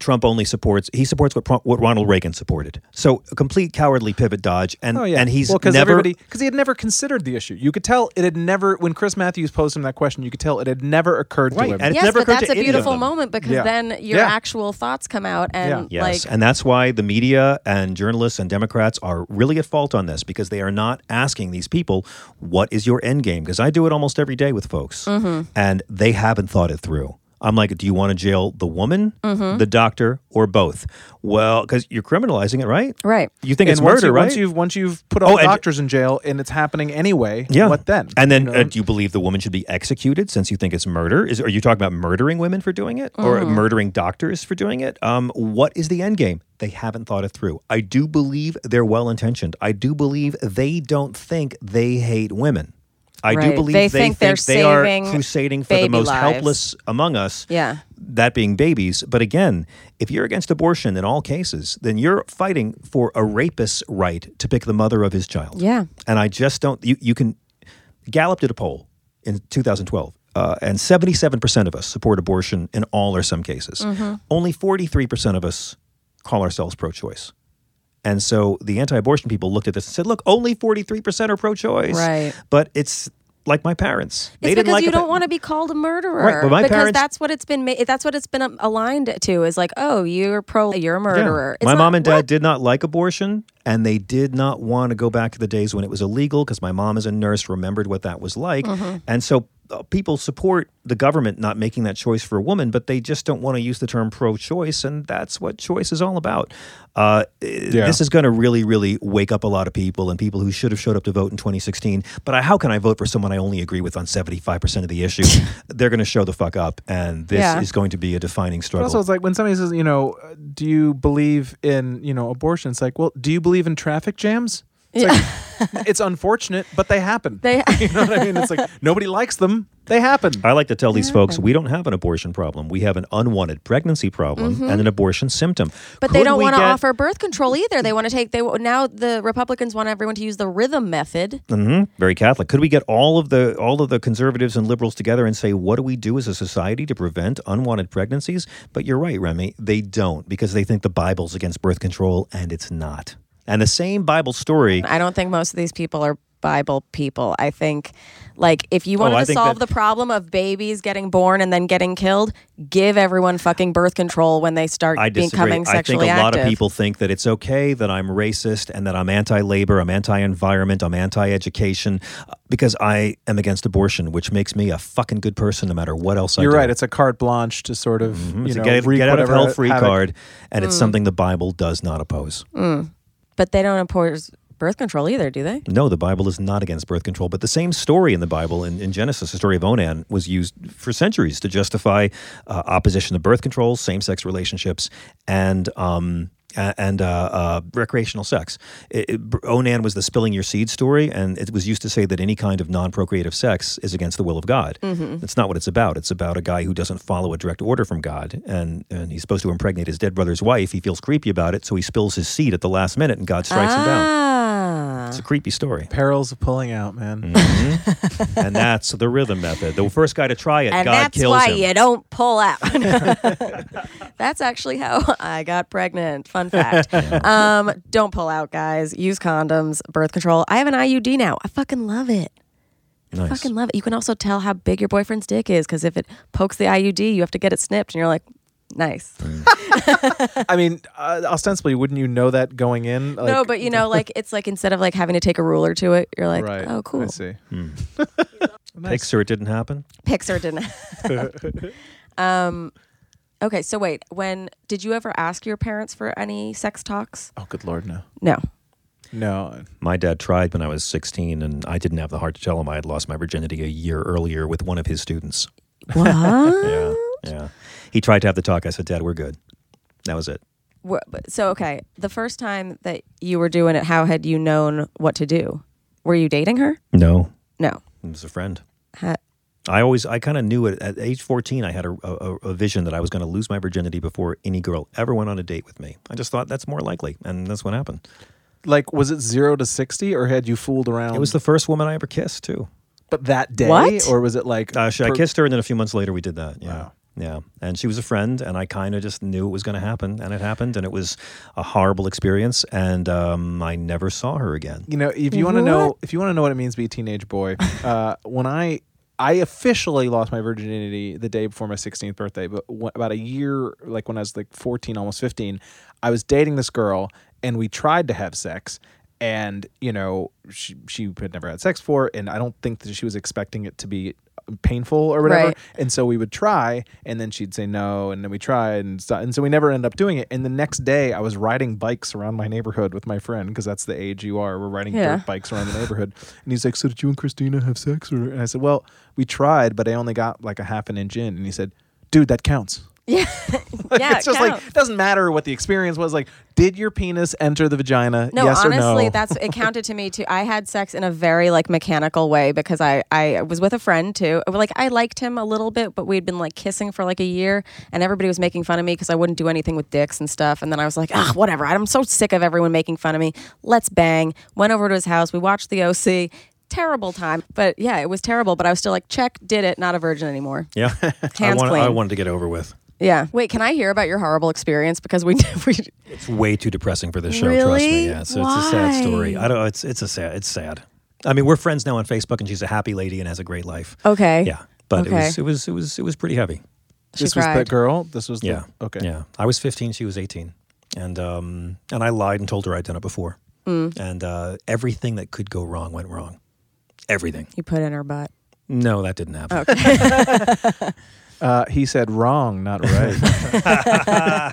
B: Trump only supports, he supports what, Pro- what Ronald Reagan supported. So a complete cowardly pivot dodge. And,
D: Oh yeah,
B: and he's
D: well,
B: never,
D: everybody because he had never considered the issue. You could tell it had never when Chris Matthews posed him that question. You could tell it had never occurred
B: Right,
D: to him.
B: and It's
A: yes,
B: never
A: but
B: occurred
A: that's
B: to
A: a
B: any of
A: beautiful
B: them.
A: moment because
D: Yeah.
A: then your
D: Yeah.
A: actual thoughts come out and
D: Yeah.
A: like
B: Yes, and that's why the media and journalists and Democrats are really at fault on this because they are not asking these people what is your end game. Because I do it almost every day with folks, and they haven't thought it through. I'm like, do you want to jail the woman, the doctor, or both? Well, because you're criminalizing it, right?
A: Right.
B: You think
D: And
B: it's
D: once
B: murder,
D: you,
B: right?
D: Once you've once you've put
B: Oh,
D: all the
B: and-
D: doctors in jail and it's happening anyway,
B: yeah.
D: what then?
B: And then,
D: You know?
B: uh, do you believe the woman should be executed since you think it's murder? Is are you talking about murdering women for doing it,
A: Mm-hmm.
B: or murdering doctors for doing it? Um, what is the end game? They haven't thought it through. I do believe they're well intentioned. I do believe they don't think they hate women. I
A: Right.
B: do believe
A: They
B: they,
A: think
B: think,
A: they're
B: they are
A: saving
B: crusading for the
A: baby
B: most
A: lives.
B: helpless among us.
A: Yeah.
B: that being babies. But again, if you're against abortion in all cases, then you're fighting for a rapist's right to pick the mother of his child.
A: Yeah.
B: And I just don't. You you can. Gallup did a poll in 2012. Uh, and 77% of us support abortion in all or some cases.
A: Mm-hmm.
B: Only 43% of us call ourselves pro choice. And so the anti abortion people looked at this and said, look, only 43% are pro choice.
A: Right.
B: But it's like my parents.
A: It's
B: they
A: because
B: didn't like
A: you
B: a pa-
A: don't want to be called a murderer.
B: Right, but my
A: because
B: parents-
A: that's what it's been. Ma- that's what it's been um, aligned to. Is like, oh, you're pro. You're a
B: Yeah.
A: murderer. It's
B: My
A: not-
B: mom and dad
A: what?
B: did not like abortion, and they did not want to go back to the days when it was illegal because my mom, as a nurse, remembered what that was like.
A: Mm-hmm.
B: And so uh, people support the government not making that choice for a woman, but they just don't want to use the term pro choice, and that's what choice is all about. Uh, This is going to really, really wake up a lot of people and people who should have showed up to vote in 2016. But I, how can I vote for someone I only agree with on 75% of the issue? They're going to show the fuck up, and this
A: Yeah.
B: is going to be a defining
D: But
B: struggle.
D: also, it's like when somebody says, you know, uh, do you believe in, you know, abortion? It's like, well, do you believe in traffic jams? It's, like, it's unfortunate, but they happen.
A: They-
D: you know what I mean? It's like nobody likes them. They happen.
B: I like to tell these folks we don't have an abortion problem. We have an unwanted pregnancy problem and an abortion symptom.
A: Mm-hmm. But they
B: Could
A: don't
B: we
A: want to
B: get-
A: offer birth control either. They want to take. They now the Republicans want everyone to use the rhythm method.
B: Mhm, very Catholic. Could we get all of the all of the conservatives and liberals together and say, what do we do as a society to prevent unwanted pregnancies? But you're right, Remy. They don't because they think the Bible's against birth control, and it's not. And the same Bible story.
A: I don't think most of these people are Bible people. I think, like, if you wanted
B: Oh, I
A: to
B: think
A: solve
B: that-
A: the problem of babies getting born and then getting killed, give everyone fucking birth control when they start
B: I disagree.
A: becoming
B: I think
A: sexually
B: a lot of
A: active.
B: people think that it's okay that I'm racist and that I'm anti-labor, I'm anti-environment, I'm anti-education uh, because I am against abortion, which makes me a fucking good person no matter what else I
D: You're
B: do.
D: right. It's a carte blanche to sort of, you
B: Mm-hmm. It's a
D: know,
B: get,
D: wreak
B: get out of
D: whatever
B: hell free
D: havoc.
B: card, and
A: Hmm.
B: it's something the Bible does not oppose.
A: but they don't oppose birth control either, do they?
B: No, the Bible is not against birth control, but the same story in the Bible, in, in Genesis, the story of Onan, was used for centuries to justify uh, opposition to birth control, same sex relationships, and. Um, a- and uh, uh, recreational sex. It- it- Onan was the spilling your seed story, and it was used to say that any kind of non procreative sex is against the will of God. That's not what it's about. It's about a guy who doesn't follow a direct order from God, and, and he's supposed to impregnate his dead brother's wife. He feels creepy about it, so he spills his seed at the last minute, and God strikes him down.
A: Ah.
B: It's a creepy story.
D: Perils of pulling out, man.
B: Mm. and that's the rhythm method. The first guy to try it,
A: and
B: God
A: that's
B: kills
A: why
B: him.
A: you don't pull out. that's actually how I got pregnant. Fun fact. Um, don't pull out, guys. Use condoms, birth control. I have an IUD now. I fucking love it.
B: nice.
A: Fucking love it. You can also tell how big your boyfriend's dick is because if it pokes the IUD, you have to get it snipped, and you're like, nice.
D: I mean, uh, ostensibly, wouldn't you know that going in? Like,
A: no, but you know, like it's like instead of like having to take a ruler to it, you're like,
D: right.
A: oh, cool.
D: I see.
B: Hmm. Thanks, sir. It didn't happen.
A: Pixar didn't. um, okay, so wait. When did you ever ask your parents for any sex talks?
D: Oh, good lord, no.
A: No.
D: No.
B: My dad tried when I was 16, and I didn't have the heart to tell him I had lost my virginity a year earlier with one of his students.
A: What?
B: Yeah, yeah. He tried to have the talk. I said, Dad, we're good. That was it.
A: Wha- but- so okay, the first time that you were doing it, how had you known what to do? Were you dating her?
B: No,
A: No.
B: it was a friend.
A: Ha-
B: I always, I kind of knew it at age 14. I had a, a, a vision that I was going to lose my virginity before any girl ever went on a date with me. I just thought that's more likely, and that's what happened.
D: Like, was it zero to 60 or had you fooled around?
B: It was the first woman I ever kissed, too.
D: but that day?
A: What?
D: Or was it like.
B: Uh, she, I
D: per-
B: kissed her, and then a few months later, we did that. Yeah.
D: Wow.
B: Yeah. And she was a friend, and I kind of just knew it was going to happen, and it happened, and it was a horrible experience, and um, I never saw her again.
D: You know, if you want to know, if you want to know what it means to be a teenage boy, uh, when I I officially lost my virginity the day before my 16th birthday, but wh- about a year, like when I was like 14, almost 15, I was dating this girl, and we tried to have sex, and you know, she she had never had sex before, and I don't think that she was expecting it to be painful or whatever.
A: Right.
D: And so we would try, and then she'd say no, and then we tried, and so, and so we never ended up doing it. And the next day, I was riding bikes around my neighborhood with my friend because that's the age you are. We're riding
A: Yeah.
D: dirt bikes around the neighborhood, and he's like, "So did you and Christina have sex?" Or and I said, "Well, we tried, but I only got like a half an inch in." And he said, "Dude, that counts."
A: Yeah.
D: Like,
A: yeah.
D: it's just
A: count.
D: like doesn't matter what the experience was. Like, did your penis enter the vagina?
A: No,
D: yes
A: honestly,
D: or no?
A: that's it counted to me too. I had sex in a very like mechanical way because I I was with a friend too. Like I liked him a little bit, but we'd been like kissing for like a year, and everybody was making fun of me because I wouldn't do anything with dicks and stuff. And then I was like, ah, whatever. I'm so sick of everyone making fun of me. Let's bang. Went over to his house. We watched the OC. Terrible time, but yeah, it was terrible. But I was still like, check, did it. Not a virgin anymore.
B: Yeah. I,
A: Hands
B: wanna-
A: clean.
B: I wanted to get over with.
A: Yeah. Wait, can I hear about your horrible experience? Because we we
B: It's way too depressing for this show. Trust
A: Really?
B: me. Yeah, so it's a sad story.
A: Why?
B: I don't. It's it's a sad. It's sad. I mean, we're friends now on Facebook, and she's a happy lady and has a great life.
A: okay.
B: Yeah, but
A: Okay.
B: it was it was it was it was pretty heavy.
A: She
D: this
A: cried.
D: was the girl. This was the,
B: Yeah.
D: okay.
B: Yeah, I was 15. She was 18, and um and I lied and told her I'd done it before, and uh, everything that could go wrong went wrong. Everything.
A: You put in her butt.
B: No, that didn't happen.
D: Uh, he said wrong, not right.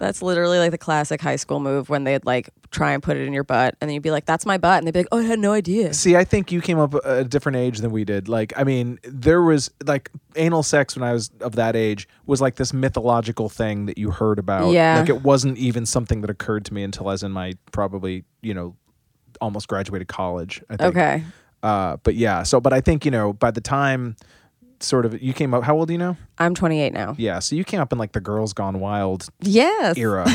A: That's literally like the classic high school move when they'd like try and put it in your butt, and then you'd be like, "That's my butt," and they'd be like, "Oh, I had no idea."
D: See, I think you came up at a different age than we did. Like, I mean, there was like anal sex when I was of that age was like this mythological thing that you heard about.
A: Yeah.
D: Like it wasn't even something that occurred to me until I was in my probably, you know, almost graduated college. I think.
A: Okay,
D: Uh, but yeah, so but I think you know by the time sort of you came up, how old are you now?
A: I'm 28 now.
D: Yeah, so you came up in like the Girls Gone Wild
A: Yes,
D: era,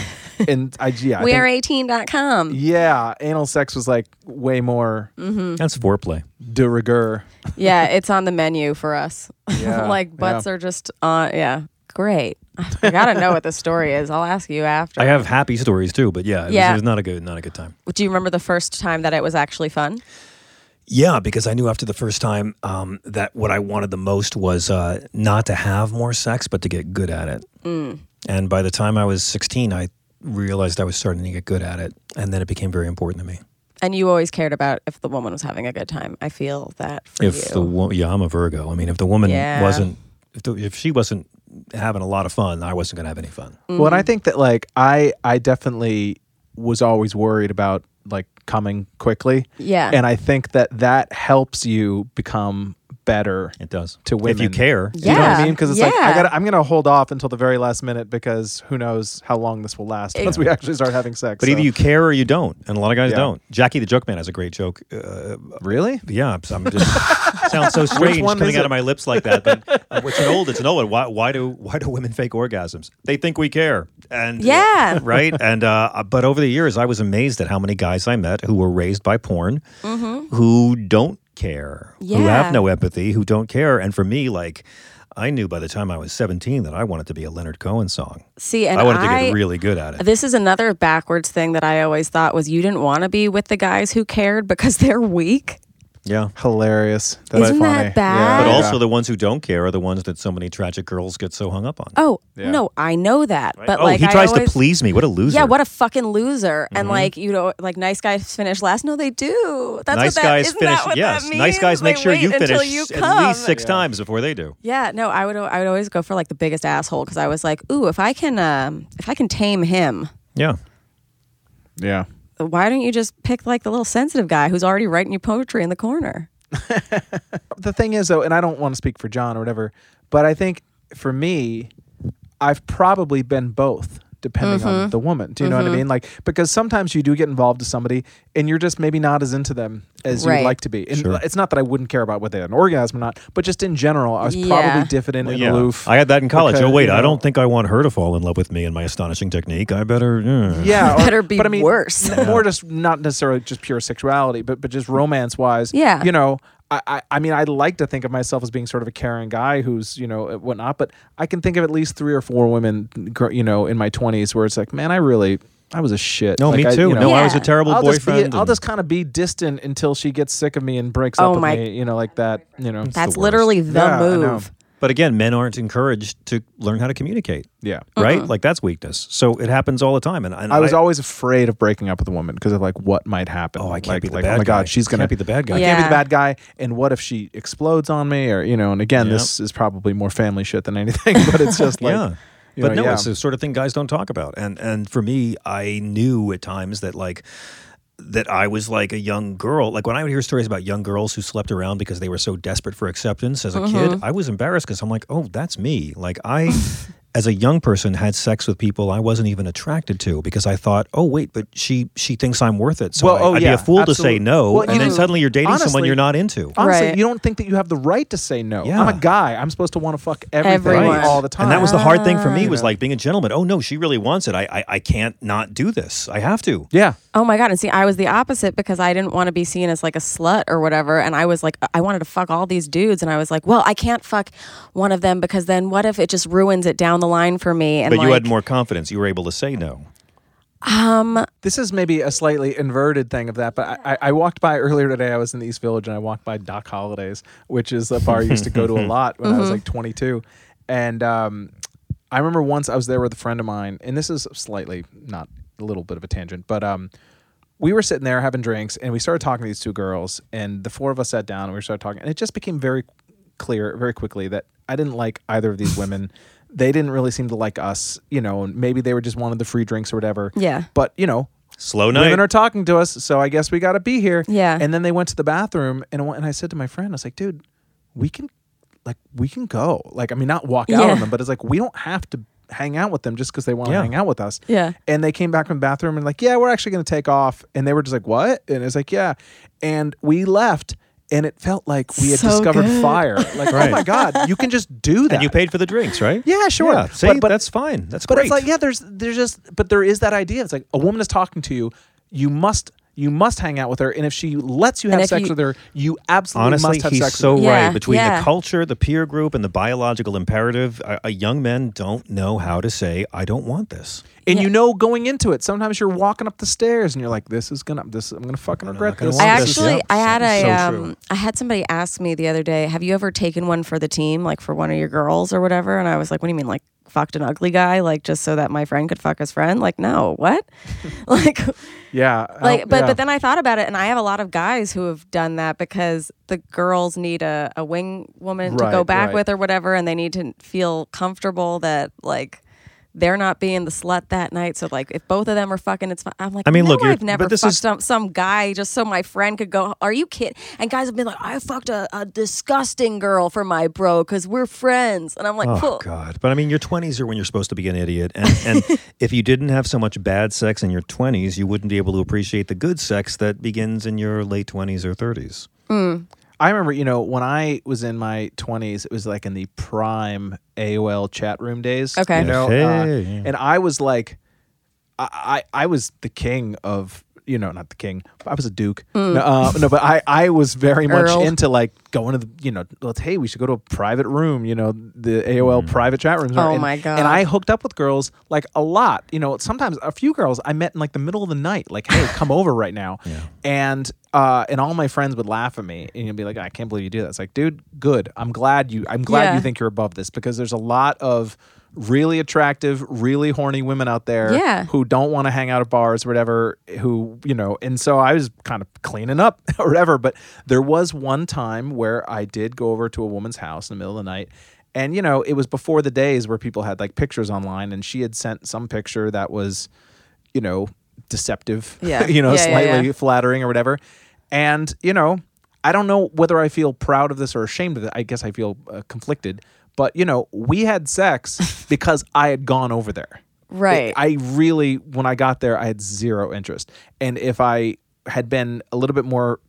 D: and I yeah, I
A: we
D: think-
A: are 18.com.
D: yeah, anal sex was like way more
A: Mm.
B: That's foreplay.
D: de rigueur.
A: yeah, it's on the menu for us.
D: Yeah,
A: like butts
D: yeah.
A: are just on. Yeah, great. I gotta know what the story is. I'll ask you after.
B: I have happy stories too, but yeah, it,
A: Yeah.
B: Was, it was not a good not a good time.
A: Do you remember the first time that it was actually fun?
B: Yeah, because I knew after the first time um, that what I wanted the most was uh, not to have more sex, but to get good at it. And by the time I was 16, I realized I was starting to get good at it. And then it became very important to me.
A: And you always cared about if the woman was having a good time. I feel that for
B: If
A: you.
B: the wo- yeah, I'm a Virgo. I mean, if the woman
A: Yeah.
B: wasn't, if, the, if she wasn't having a lot of fun, I wasn't going to have any fun.
D: Well, and
A: Mm-hmm.
D: I think that like I I definitely was always worried about like coming quickly.
A: Yeah.
D: and I think that that helps you become better.
B: It does.
D: To
B: If you
D: women.
B: care.
A: Yeah.
D: You know what I mean? Because it's like I
A: yeah.
D: got I'm gonna hold off until the very last minute because who knows how long this will last once we actually start having sex.
B: But
D: so.
B: either you care or you don't. And a lot of guys
D: Yeah.
B: don't. Jackie the Joke Man has a great joke Uh,
D: really
B: Yeah, I'm, I'm just sounds so strange
D: one
B: coming
D: is
B: out
D: it?
B: of my lips like that. But uh, it's an old, it's an old one. Why, why do why do women fake orgasms? They think we care, and
A: Yeah.
B: right. And uh, but over the years, I was amazed at how many guys I met who were raised by porn, who don't care, who
A: Mm-hmm. Yeah.
B: have no empathy, who don't care. And for me, like I knew by the time I was 17 that I wanted to be a Leonard Cohen song.
A: See, and
B: I wanted to
A: I-
B: get really good at it.
A: This is another backwards thing that I always thought was you didn't want to be with the guys who cared because they're weak.
B: Yeah.
D: hilarious? That's
A: Isn't that
D: funny.
A: bad?
B: But
A: Yeah.
B: also, the ones who don't care are the ones that so many tragic girls get so hung up on.
A: Oh
D: Yeah.
A: no, I know that, but
B: oh,
A: like
B: he tries
A: I always,
B: to please Mm-hmm. me. What a loser!
A: Yeah, what a fucking loser! And like you know, like nice guys finish last. No, they do. That's
B: nice
A: what that,
B: guys
A: isn't
B: finish.
A: That what
B: yes,
A: that means?
B: nice guys make
A: They
B: sure
A: wait
B: you
A: until
B: finish
A: you
B: s- at
A: come.
B: least six times before they do.
A: Yeah, no, I would. I would always go for like the biggest asshole because I was like, ooh, if I can, um, if I can tame him.
B: Yeah,
D: Yeah.
A: Why don't you just pick like the little sensitive guy who's already writing you poetry in the corner?
D: the thing is though, and I don't want to speak for John or whatever, but I think for me, I've probably been both depending
A: Mm-hmm.
D: on the woman. Do you know what I mean? Like because sometimes you do get involved with somebody and you're just maybe not as into them as
A: Right.
D: you'd like to be. And it's not that I wouldn't care about whether they had an orgasm or not, but just in general, I was
A: Yeah.
D: probably diffident and aloof.
B: I had that in college.
D: because,
B: oh wait,
D: you
B: I
D: know-
B: don't think I want her to fall in love with me and my astonishing technique. I better. Yeah.
D: yeah, or-
A: Better be
D: but I mean,
A: worse.
D: n- More just not necessarily just pure sexuality, but but just romance wise.
A: Yeah.
D: you know, I, I I mean, I like to think of myself as being sort of a caring guy who's you know whatnot, but I can think of at least three or four women, gr- you know, in my twenties where it's like, man, I really. I was a shit.
B: No,
D: Like, I,
B: me too.
D: you
B: No,
D: know,
B: I was a
A: Yeah.
B: terrible
D: I'll just, be,
B: boyfriend.
D: I'll
B: and-
D: just kind of be distant until she gets sick of me and breaks
A: Oh
D: up with
A: my-
D: me, you know, like that, you know.
A: That's
B: worst.
A: literally the
D: Yeah, I know.
A: move.
B: But again, men aren't encouraged to learn how to communicate.
D: Yeah.
B: Right, like that's weakness. So it happens all the time, and, and
D: I was always afraid of breaking up with a woman because of like what might happen.
B: Oh, I can't
D: like,
B: be the
D: like,
B: bad
D: Oh my
B: guy.
D: god, she's gonna
B: Can't be the bad guy.
D: I can't be the
A: Yeah.
D: bad guy. And what if she explodes on me? Or you know, and again,
B: Yeah.
D: this is probably more family shit than anything. But it's just like,
B: yeah.
D: you
B: But no,
D: know, yeah.
B: it's the sort of thing guys don't talk about. And and for me, I knew at times that like that I was like a young girl. Like when I would hear stories about young girls who slept around because they were so desperate for acceptance as a
D: Mm-hmm.
B: kid, I was embarrassed because I'm like, oh, that's me. Like I, as a young person, had sex with people I wasn't even attracted to because I thought, oh wait, but she she thinks I'm worth it, so
D: Well,
B: I,
D: oh,
B: would
D: yeah,
B: be a fool to
D: absolutely.
B: say no,
D: Well, you-
B: and then suddenly you're dating someone
D: honestly-
B: you're not into.
D: Honestly,
A: Right.
D: you don't think that you have the right to say no. I'm
B: Yeah.
D: a guy. I'm supposed to want to fuck everything
A: Everyone.
D: all the time.
B: And that was the hard thing for me
D: Ah.
B: was like being a gentleman. Oh no, she really wants it. I I, I can't not do this. I have to.
D: Yeah.
A: Oh my god! And see, I was the opposite because I didn't want to be seen as like a slut or whatever, and I was like, I wanted to fuck all these dudes, and I was like, well, I can't fuck one of them because then what if it just ruins it down the line for me? And
B: But you
A: like,
B: had more confidence. You were able to say no.
D: This is maybe a slightly inverted thing of that, but I, I, I walked by earlier today. I was in the East Village and I walked by Doc Holliday's, which is a bar I used to go to a lot when I was like 22. And um, I remember once I was there with a friend of mine, and this is slightly not a little bit of a tangent, but um, we were sitting there having drinks and we started talking to these two girls, and the four of us sat down and we started talking, and it just became very clear very quickly that I didn't like either of these women. They didn't really seem to like us, you know, and maybe they were just wanted the free drinks or whatever.
A: Yeah.
D: But, you know,
B: Slow night.
D: Women are talking to us, so I guess we got to be here.
A: Yeah.
D: And then they went to the bathroom, and I went- and I said to my friend, I was like, dude, we can, like, we can go. Like, I mean, not walk out
A: Yeah.
D: on them, but it's like we don't have to hang out with them just because they want to
B: Yeah.
D: hang out with us.
A: Yeah.
D: And they came back from the bathroom and like, yeah, we're actually going to take off. And they were just like, what? And it's like, yeah. And we left. And it felt like we had
A: So
D: discovered
A: good.
D: fire. Like, oh my God, you can just do that.
B: and you paid for the drinks, right?
D: Yeah, sure.
B: Yeah, see,
D: But- but-
B: that's fine. That's
D: But
B: great.
D: it's like, yeah, there's there's just but there is that idea. It's like a woman is talking to you, you must you must hang out with her, and if she lets you
A: And
D: have
A: if
D: sex
A: you-
D: with her, you absolutely
B: Honestly,
D: must have
B: he's
D: sex with
B: so
D: her.
A: Yeah,
B: right. Between
A: yeah.
B: the culture, the peer group, and the biological imperative, uh, uh, young men don't know how to say, I don't want this.
D: And
A: Yeah.
D: you know going into it. Sometimes you're walking up the stairs and you're like, This is gonna this I'm gonna fucking regret
B: gonna
D: this.
A: I
B: want
D: This is-
A: actually,
B: Yep.
A: I had a,
B: So true.
A: um, I had somebody ask me the other day, "Have you ever taken one for the team, like for one of your girls or whatever?" And I was like, "What do you mean, like fucked an ugly guy, like just so that my friend could fuck his friend? Like, no, what? like,
D: Yeah.
B: Oh,
D: I
A: like,
D: don't-
A: but
D: yeah.
A: but then I thought about it, and I have a lot of guys who have done that because the girls need a a wing woman to go
D: Right,
A: back
D: right.
A: with or whatever, and they need to feel comfortable that like. They're not being the slut that night, so like if both of them are fucking, it's fine. I'm like,
B: I mean,
A: no,
B: look, you're-
A: I've never
B: but this
A: fucked
B: is-
A: some some guy just so my friend could go. Are you kidding? And guys have been like, I fucked a, a disgusting girl for my bro because we're friends, and I'm like,
B: Oh
A: "Well,
B: God! But I mean, your twenties are when you're supposed to be an idiot, and, and if you didn't have so much bad sex in your twenties, you wouldn't be able to appreciate the good sex that begins in your late twenties or thirties.
D: I remember, you know, when I was in my 20s, it was like in the prime AOL chat room days.
A: Okay.
D: You know, uh,
B: Hey, yeah.
D: and I was like, I, I, I was the king of, you know, not the king, but I was a duke. No, uh, no, but I, I was very much
A: Hmm. Earl.
D: into like going to the, you know, let's, hey, we should go to a private room, you know, the AOL private chat rooms.
A: Oh
D: And-
A: my God.
D: And I hooked up with girls like a lot, you know, sometimes a few girls I met in like the middle of the night, like, hey, come over right now. And, uh, and all my friends would laugh at me and you'd be like, I can't believe you do that. It's like, dude, good. I'm glad you, I'm glad
A: Yeah.
D: you think you're above this because there's a lot of really attractive, really horny women out there
A: Yeah.
D: who don't want to hang out at bars or whatever, who, you know, and so I was kind of cleaning up or whatever. But there was one time where I did go over to a woman's house in the middle of the night. And, you know, it was before the days where people had like pictures online and she had sent some picture that was, you know, deceptive,
A: Yeah.
D: you know,
A: Yeah, yeah,
D: slightly
A: yeah.
D: flattering or whatever. And, you know, I don't know whether I feel proud of this or ashamed of it. I guess I feel uh, conflicted. But, you know, we had sex because I had gone over there.
A: Right.
D: I really, when I got there, I had zero interest. And if I had been a little bit more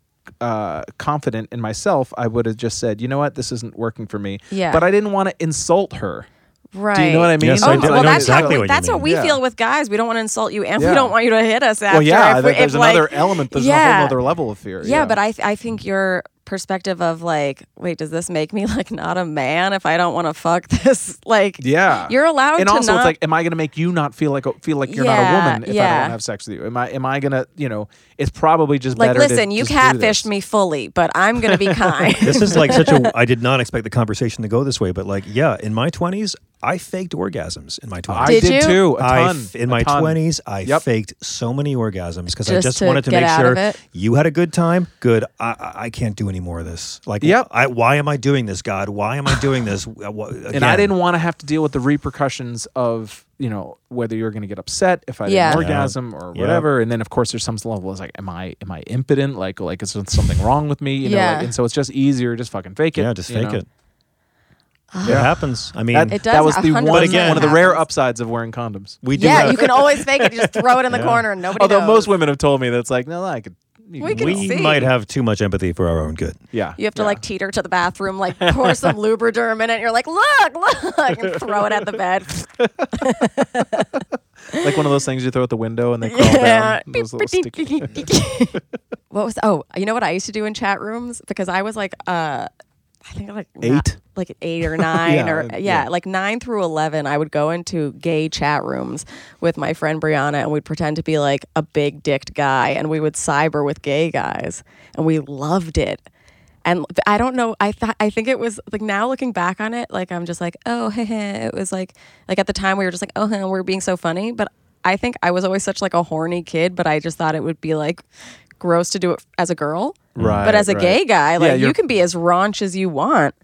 D: uh, confident in myself, I would have just said, you know what, this isn't working for me.
A: Yeah.
D: But I didn't want to insult her.
A: right."
D: Do you know what I mean?
B: Yes, I do.
A: well,
B: I know
A: that's
B: exactly
A: what we,
B: what you
A: that's what
B: mean.
A: we
D: Yeah.
A: feel with guys. We don't want to insult you, and
D: Yeah.
A: we don't want you to hit us after.
D: Well, yeah, I
A: if
D: think
A: we-
D: there's
A: if, like-
D: another element. There's a
A: yeah.
D: whole other level of fear.
A: Yeah, but I I think your perspective of like, wait, does this make me like not a man if I don't want to fuck this? Like,
D: Yeah,
A: you're allowed
D: And
A: to
D: also,
A: not.
D: it's like, am I going to make you not feel like a- feel like you're not a
A: Yeah,
D: woman if I don't
A: yeah.
D: want to have sex with you? Am I? Am I going to? You know, it's probably just
A: like,
D: better.
A: listen,
D: to
A: you
D: just do this.
A: catfished me fully, but I'm gonna be kind.
B: This is like such a. I did not expect the conversation to go this way, but like, yeah, in my twenties, I faked orgasms in my 20s.
D: I
A: Did you?
D: too. A
B: I
D: ton.
B: f- in
D: a
B: my
D: ton.
B: 20s, I
D: Yep.
B: faked so many orgasms because I
A: Just
B: just
A: to
B: wanted to
A: get
B: make
A: out of
B: sure
A: it?
B: you had a good time. Good. I, I- I can't do any more of this. Like,
D: Yep.
B: I, why am I doing this, God? Why am I doing this? Uh, wha-
D: and I
B: again?
D: didn't want to have to deal with the repercussions of you know whether you're going to get upset if I had
A: Yeah.
D: an
A: Yeah.
D: orgasm or
B: Yeah.
D: whatever. And then of course there's some level is like, am I am I impotent? Like like is there something wrong with me? You know.
A: Yeah.
D: Like, and so it's just easier just fucking fake it.
B: Yeah, just
D: you
B: fake
D: know?
B: it. It happens. I mean,
D: That,
A: Ah. It
D: that
A: does
D: was the one,
A: 100%
D: one
B: again-
D: of the rare
A: happens.
D: upsides of wearing condoms.
B: we do.
A: Yeah,
B: have-
A: you can always fake it. You just throw it in the corner and nobody
D: Although
A: knows.
D: most women have told me that's like, no, I could. you
A: We
D: know,
A: can
B: we
A: see.
B: might have too much empathy for our own good.
D: Yeah.
A: You have to
D: yeah.
A: like teeter to the bathroom, like pour some lubriderm in it. And you're like, look, look, and throw it at the bed.
D: like one of those things you throw at the window and they crawl
A: Yeah.
D: down. Those little sticky.
A: what was? Oh, you know what I used to do in chat rooms because I was like, uh, I think like ni-
D: Eight?
B: Mm.
A: like eight or nine,
D: Yeah,
A: or
D: uh,
A: yeah,
D: yeah.
A: like nine through eleven. I would go into gay chat rooms with my friend Brianna, and we'd pretend to be like a big dicked guy, and we would cyber with gay guys, and we loved it. And th- I don't know. I thought I think it was like now looking back on it, like I'm just like, oh, heh heh. it was like like at the time we were just like, oh, heh, we're being so funny. But I think I was always such like a horny kid, but I just thought it would be like gross to do it as a girl.
D: Right,
A: But as a
D: right.
A: gay guy,
D: Yeah,
A: like
D: you're-
A: you can be as raunch as you want,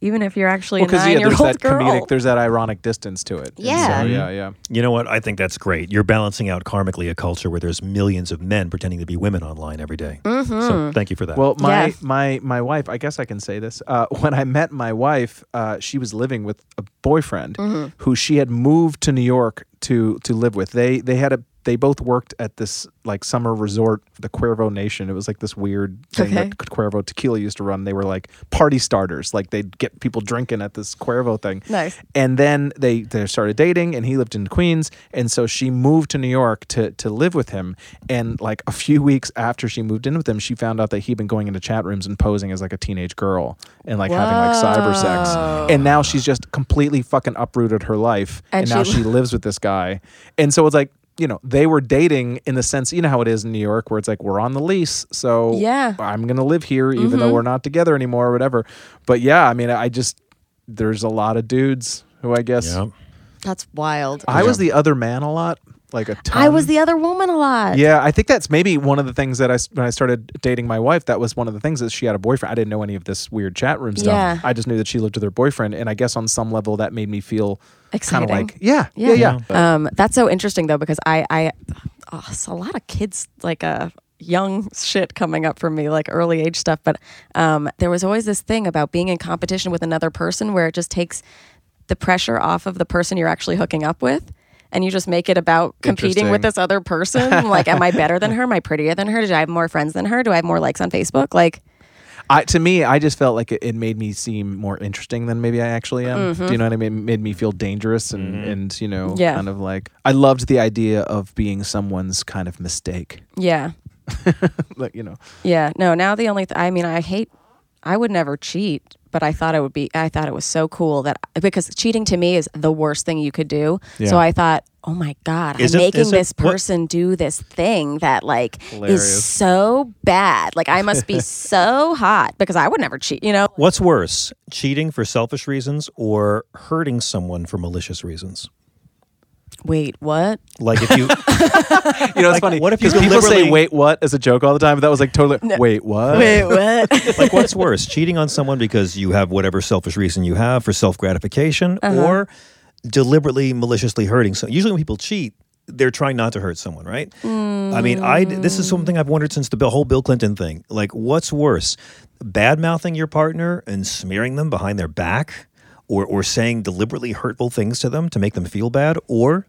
A: even if you're actually
D: Well,
A: a nine
D: yeah,
A: year
D: there's that
A: old girl.
D: comedic, there's that ironic distance to it. And so,
A: Yeah.
D: yeah, yeah.
B: You know what? I think that's great. You're balancing out karmically a culture where there's millions of men pretending to be women online every day.
A: Mm-hmm.
B: So thank you for that.
D: Well, my
A: Yeah.
D: my my wife. I guess I can say this. Uh, when I met my wife, uh, she was living with a boyfriend
A: Mm-hmm.
D: who she had moved to New York to to live with. They they had a they both worked at this like summer resort, the Cuervo Nation. It was like this weird thing
A: Okay.
D: that Cuervo Tequila used to run. They were like party starters. Like they'd get people drinking at this Cuervo thing.
A: Nice.
D: And then they, they started dating, and he lived in Queens, and so she moved to New York to to live with him. And like a few weeks after she moved in with him, she found out that he'd been going into chat rooms and posing as like a teenage girl and like having like cyber sex. And now she's just completely fucking uprooted her life, and,
A: And
D: now
A: she-
D: she lives with this guy. And so it's like. You know, they were dating in the sense, you know how it is in New York, where it's like we're on the lease, so
A: Yeah.
D: I'm gonna live here, even
A: Mm-hmm.
D: though we're not together anymore or whatever. But yeah, I mean, I just there's a lot of dudes who I guess
B: yeah.
A: That's wild.
D: I was the other man a lot, like a ton.
A: I was the other woman a lot.
D: yeah. I think that's maybe one of the things that I s- when I started dating my wife, that was one of the things that she had a boyfriend. I didn't know any of this weird chat room stuff.
A: Yeah.
D: I just knew that she lived with her boyfriend, and I guess on some level that made me feel kind
A: Exciting.
D: of like yeah, yeah,
A: Yeah.
D: yeah.
A: Um, that's so interesting though because I, I, oh, it's a lot of kids like uh, young shit coming up for me, like early age stuff. But um, there was always this thing about being in competition with another person where it just takes the pressure off of the person you're actually hooking up with. And you just make it about competing with
D: Interesting.
A: this other person. like, am I better than her? Am I prettier than her? Do I have more friends than her? Do I have more likes on Facebook? Like,
D: I, to me, I just felt like it, it made me seem more interesting than maybe I actually am. Do you know what I mean? It made me feel dangerous and,
B: Mm-hmm.
D: and you know,
A: Mm-hmm. Yeah.
D: kind of like I loved the idea of being someone's kind of mistake.
A: yeah.
D: like, you know,
A: Yeah, no. Now the only th- I mean, I hate. I would never cheat, but I thought it would be. I thought it was so cool that because cheating to me is the worst thing you could do.
D: Yeah.
A: So I thought, oh my god,
B: Is
A: I'm
B: it-
A: making
B: is it-
A: this
B: what-
A: person do this thing that like is
D: Hilarious.
A: so bad. Like I must be so hot because I would never cheat. You know?
B: What's worse, cheating for selfish reasons or hurting someone for malicious reasons?
A: Wait, what?
B: Like if you
D: you know, it's
B: Like,
D: funny.
B: what if you
D: 'cause people say
B: deliberately-
D: "wait, what" as a joke all the time? but That was like totally "wait, what?"
A: what?
B: like what's worse, cheating on someone because you have whatever selfish reason you have for self gratification,
A: Uh-huh.
B: or deliberately maliciously hurting someone. Usually, when people cheat, they're trying not to hurt someone, right? I mean, I this
A: Mm.
B: is something I've wondered since the Bill- whole Bill Clinton thing. Like, what's worse, bad mouthing your partner and smearing them behind their back, or or saying deliberately hurtful things to them to make them feel bad, or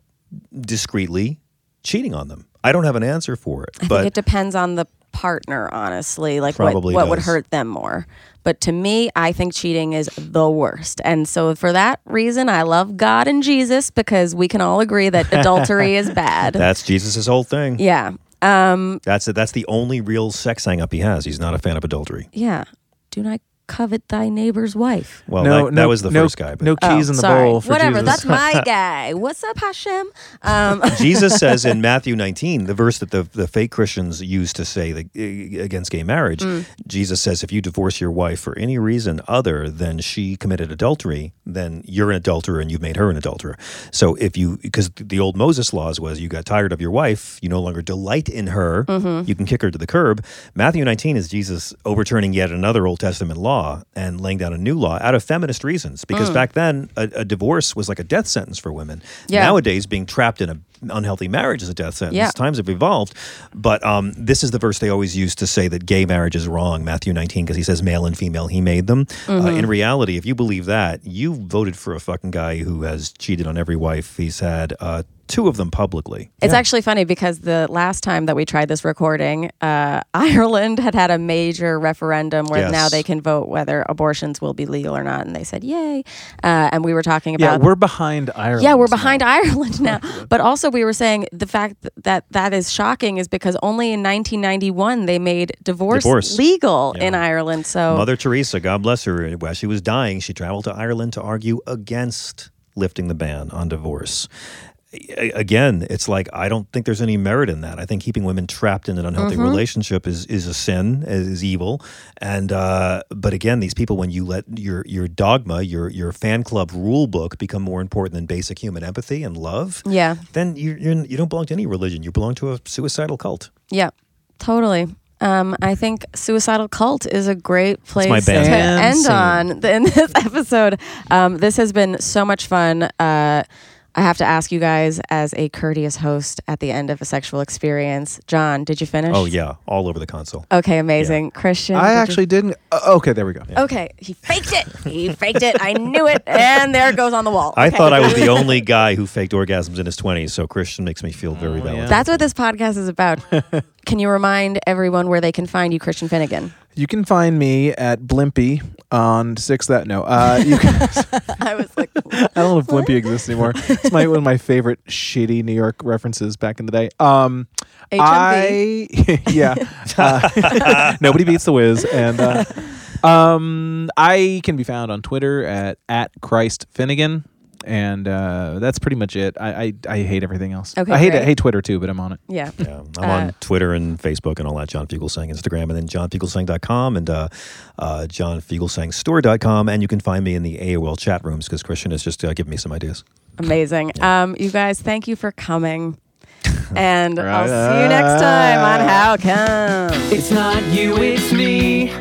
B: discreetly cheating on them? I don't have an answer for it,
A: I
B: but
A: think it depends on the partner, honestly. Like
B: Probably
A: what, what would
B: does.
A: hurt them more. But to me, I think cheating is the worst. And so for that reason, I love God and Jesus because we can all agree that adultery is bad.
B: that's Jesus' whole thing.
A: Yeah. Um,
B: That's it. That's the only real sex hang up he has. He's not a fan of adultery.
A: yeah. Do not covet thy neighbor's wife.
B: Well,
D: no,
B: that,
D: no,
B: that was the
D: no,
B: first guy. But
D: No
A: Oh,
D: keys in the
A: sorry.
D: bowl for
A: Whatever,
D: Jesus.
A: that's my guy. What's up, Hashem? Um,
B: Jesus says in Matthew 19, the verse that the, the fake Christians use to say the, against gay marriage, Jesus says, if you divorce your wife for any reason other than she committed adultery, then you're an adulterer and you've made her an adulterer. So if you, because the old Moses laws was you got tired of your wife, you no longer delight in her, you can kick her to the curb. Matthew 19 is Jesus overturning yet another Old Testament law and laying down a new law out of feminist reasons, because back then a, a divorce was like a death sentence for women.
A: Yeah.
B: Nowadays, nowadays being trapped in a unhealthy marriage is a death sentence.
A: Yeah.
B: Times have evolved, but um, this is the verse they always use to say that gay marriage is wrong, Matthew 19, because he says male and female, he made them. Uh, in reality, if you believe that, you voted for a fucking guy who has cheated on every wife he's had, uh, two of them publicly.
A: It's actually funny because the last time that we tried this recording, uh, Ireland had had a major referendum where
B: Yes.
A: now they can vote whether abortions will be legal or not, and they said yay. Uh, and we were talking
D: yeah,
A: about
D: we're behind Ireland.
A: yeah, we're
D: now.
A: behind Ireland now. But also, we were saying the fact th- that that is shocking is because only in 1991 they made divorce,
B: Divorce.
A: legal in Ireland. So
B: Mother Teresa, God bless her, while she was dying, she traveled to Ireland to argue against lifting the ban on divorce. A- Again, it's like I don't think there's any merit in that. I think keeping women trapped in an unhealthy relationship is is a sin, is, is evil. And uh, but again, these people, when you let your your dogma, your your fan club rule book become more important than basic human empathy and love,
A: Yeah.
B: then you you're, you don't belong to any religion. You belong to a suicidal cult.
A: yeah, totally. Um, I think Suicidal Cult is a great place
B: my
A: to
B: band.
D: And
A: end
D: singing.
A: on th- in this episode. Um, this has been so much fun. Uh, I have to ask you guys, as a courteous host at the end of a sexual experience, John, did you finish?
B: Oh yeah, all over the console.
A: Okay, amazing. Christian,
D: I
A: did you-
D: actually didn't. Uh, okay, there we go.
A: Okay, he faked it. He faked it. I knew it. And there it goes on the wall.
B: I
A: Okay.
B: thought I was the only guy who faked orgasms in his 20s, so Christian makes me feel very validated.
A: That's what this podcast is about. can you remind everyone where they can find you, Christian Finnegan?
D: You can find me at Blimpy on six that no. Uh, you can,
A: I was like,
D: I don't know if Blimpy exists anymore. It's my one of my favorite shitty New York references back in the day. Um, I yeah. Uh, nobody beats the Wiz, and uh, um, I can be found on Twitter at at Christ Finnegan, and uh, that's pretty much it. I I, I hate everything else.
A: Okay,
D: I hate
A: great.
D: I hate Twitter too, but I'm on it.
A: yeah.
B: Yeah, I'm on
A: Uh,
B: Twitter and Facebook and all that. John Fugelsang Instagram and then johnfugelsang.com and uh, uh, johnfugelsangstore.com. And you can find me in the AOL chat rooms because Christian is just uh, giving me some ideas.
A: Amazing. Um, you guys, thank you for coming. And I'll
D: Right
A: see you next time on
D: on.
A: How Come.
C: It's not you, it's me.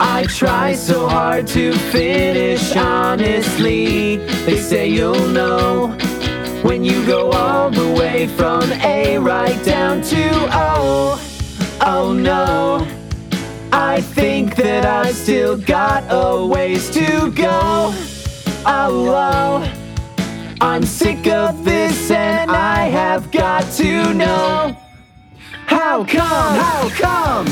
C: I try so hard to finish honestly. They say you'll know when you go all the way from A right down to O. Oh no, I think that I still got a ways to go. Oh, oh. I'm sick of this and I have got to know. How come? How come?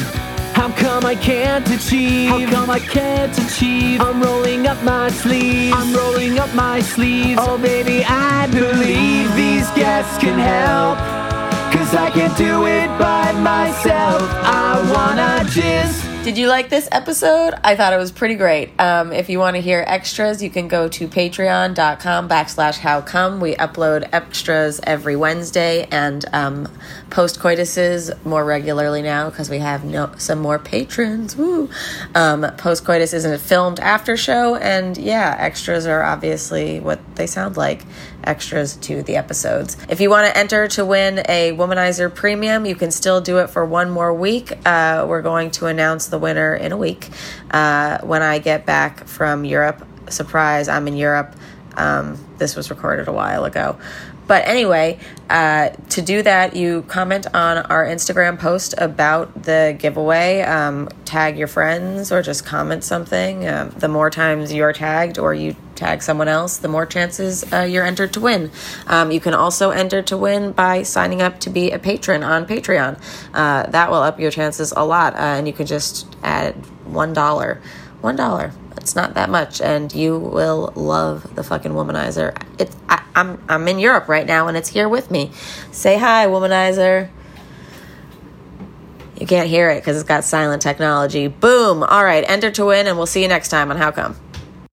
C: How come I can't achieve? How come I can't achieve? I'm rolling up my sleeves. I'm rolling up my sleeves. Oh baby, I believe these guests can help. Cause I can't do it by myself. I wanna just
A: Did you like this episode? I thought it was pretty great. Um, if you want to hear extras, you can go to patreon.com backslash how come. We upload extras every Wednesday and um, post coituses more regularly now because we have no, some more patrons. Woo! Um, post coitus isn't a filmed after show. And yeah, extras are obviously what they sound like extras to the episodes. If you want to enter to win a Womanizer Premium, you can still do it for one more week. Uh, we're going to announce the winner in a week uh, when I get back from Europe. Surprise, I'm in Europe. Um, this was recorded a while ago. But anyway, uh, to do that, you comment on our Instagram post about the giveaway, um, tag your friends, or just comment something. Um, the more times you're tagged or you tag someone else, the more chances uh, you're entered to win. Um, you can also enter to win by signing up to be a patron on Patreon. Uh, that will up your chances a lot, uh, and you can just add $1. $1. It's not that much, and you will love the fucking womanizer. It's I, I'm I'm in Europe right now, and it's here with me. Say hi, womanizer.
F: You can't hear it because it's got silent technology. Boom. All right. Enter to win, and we'll see you next time on How Come.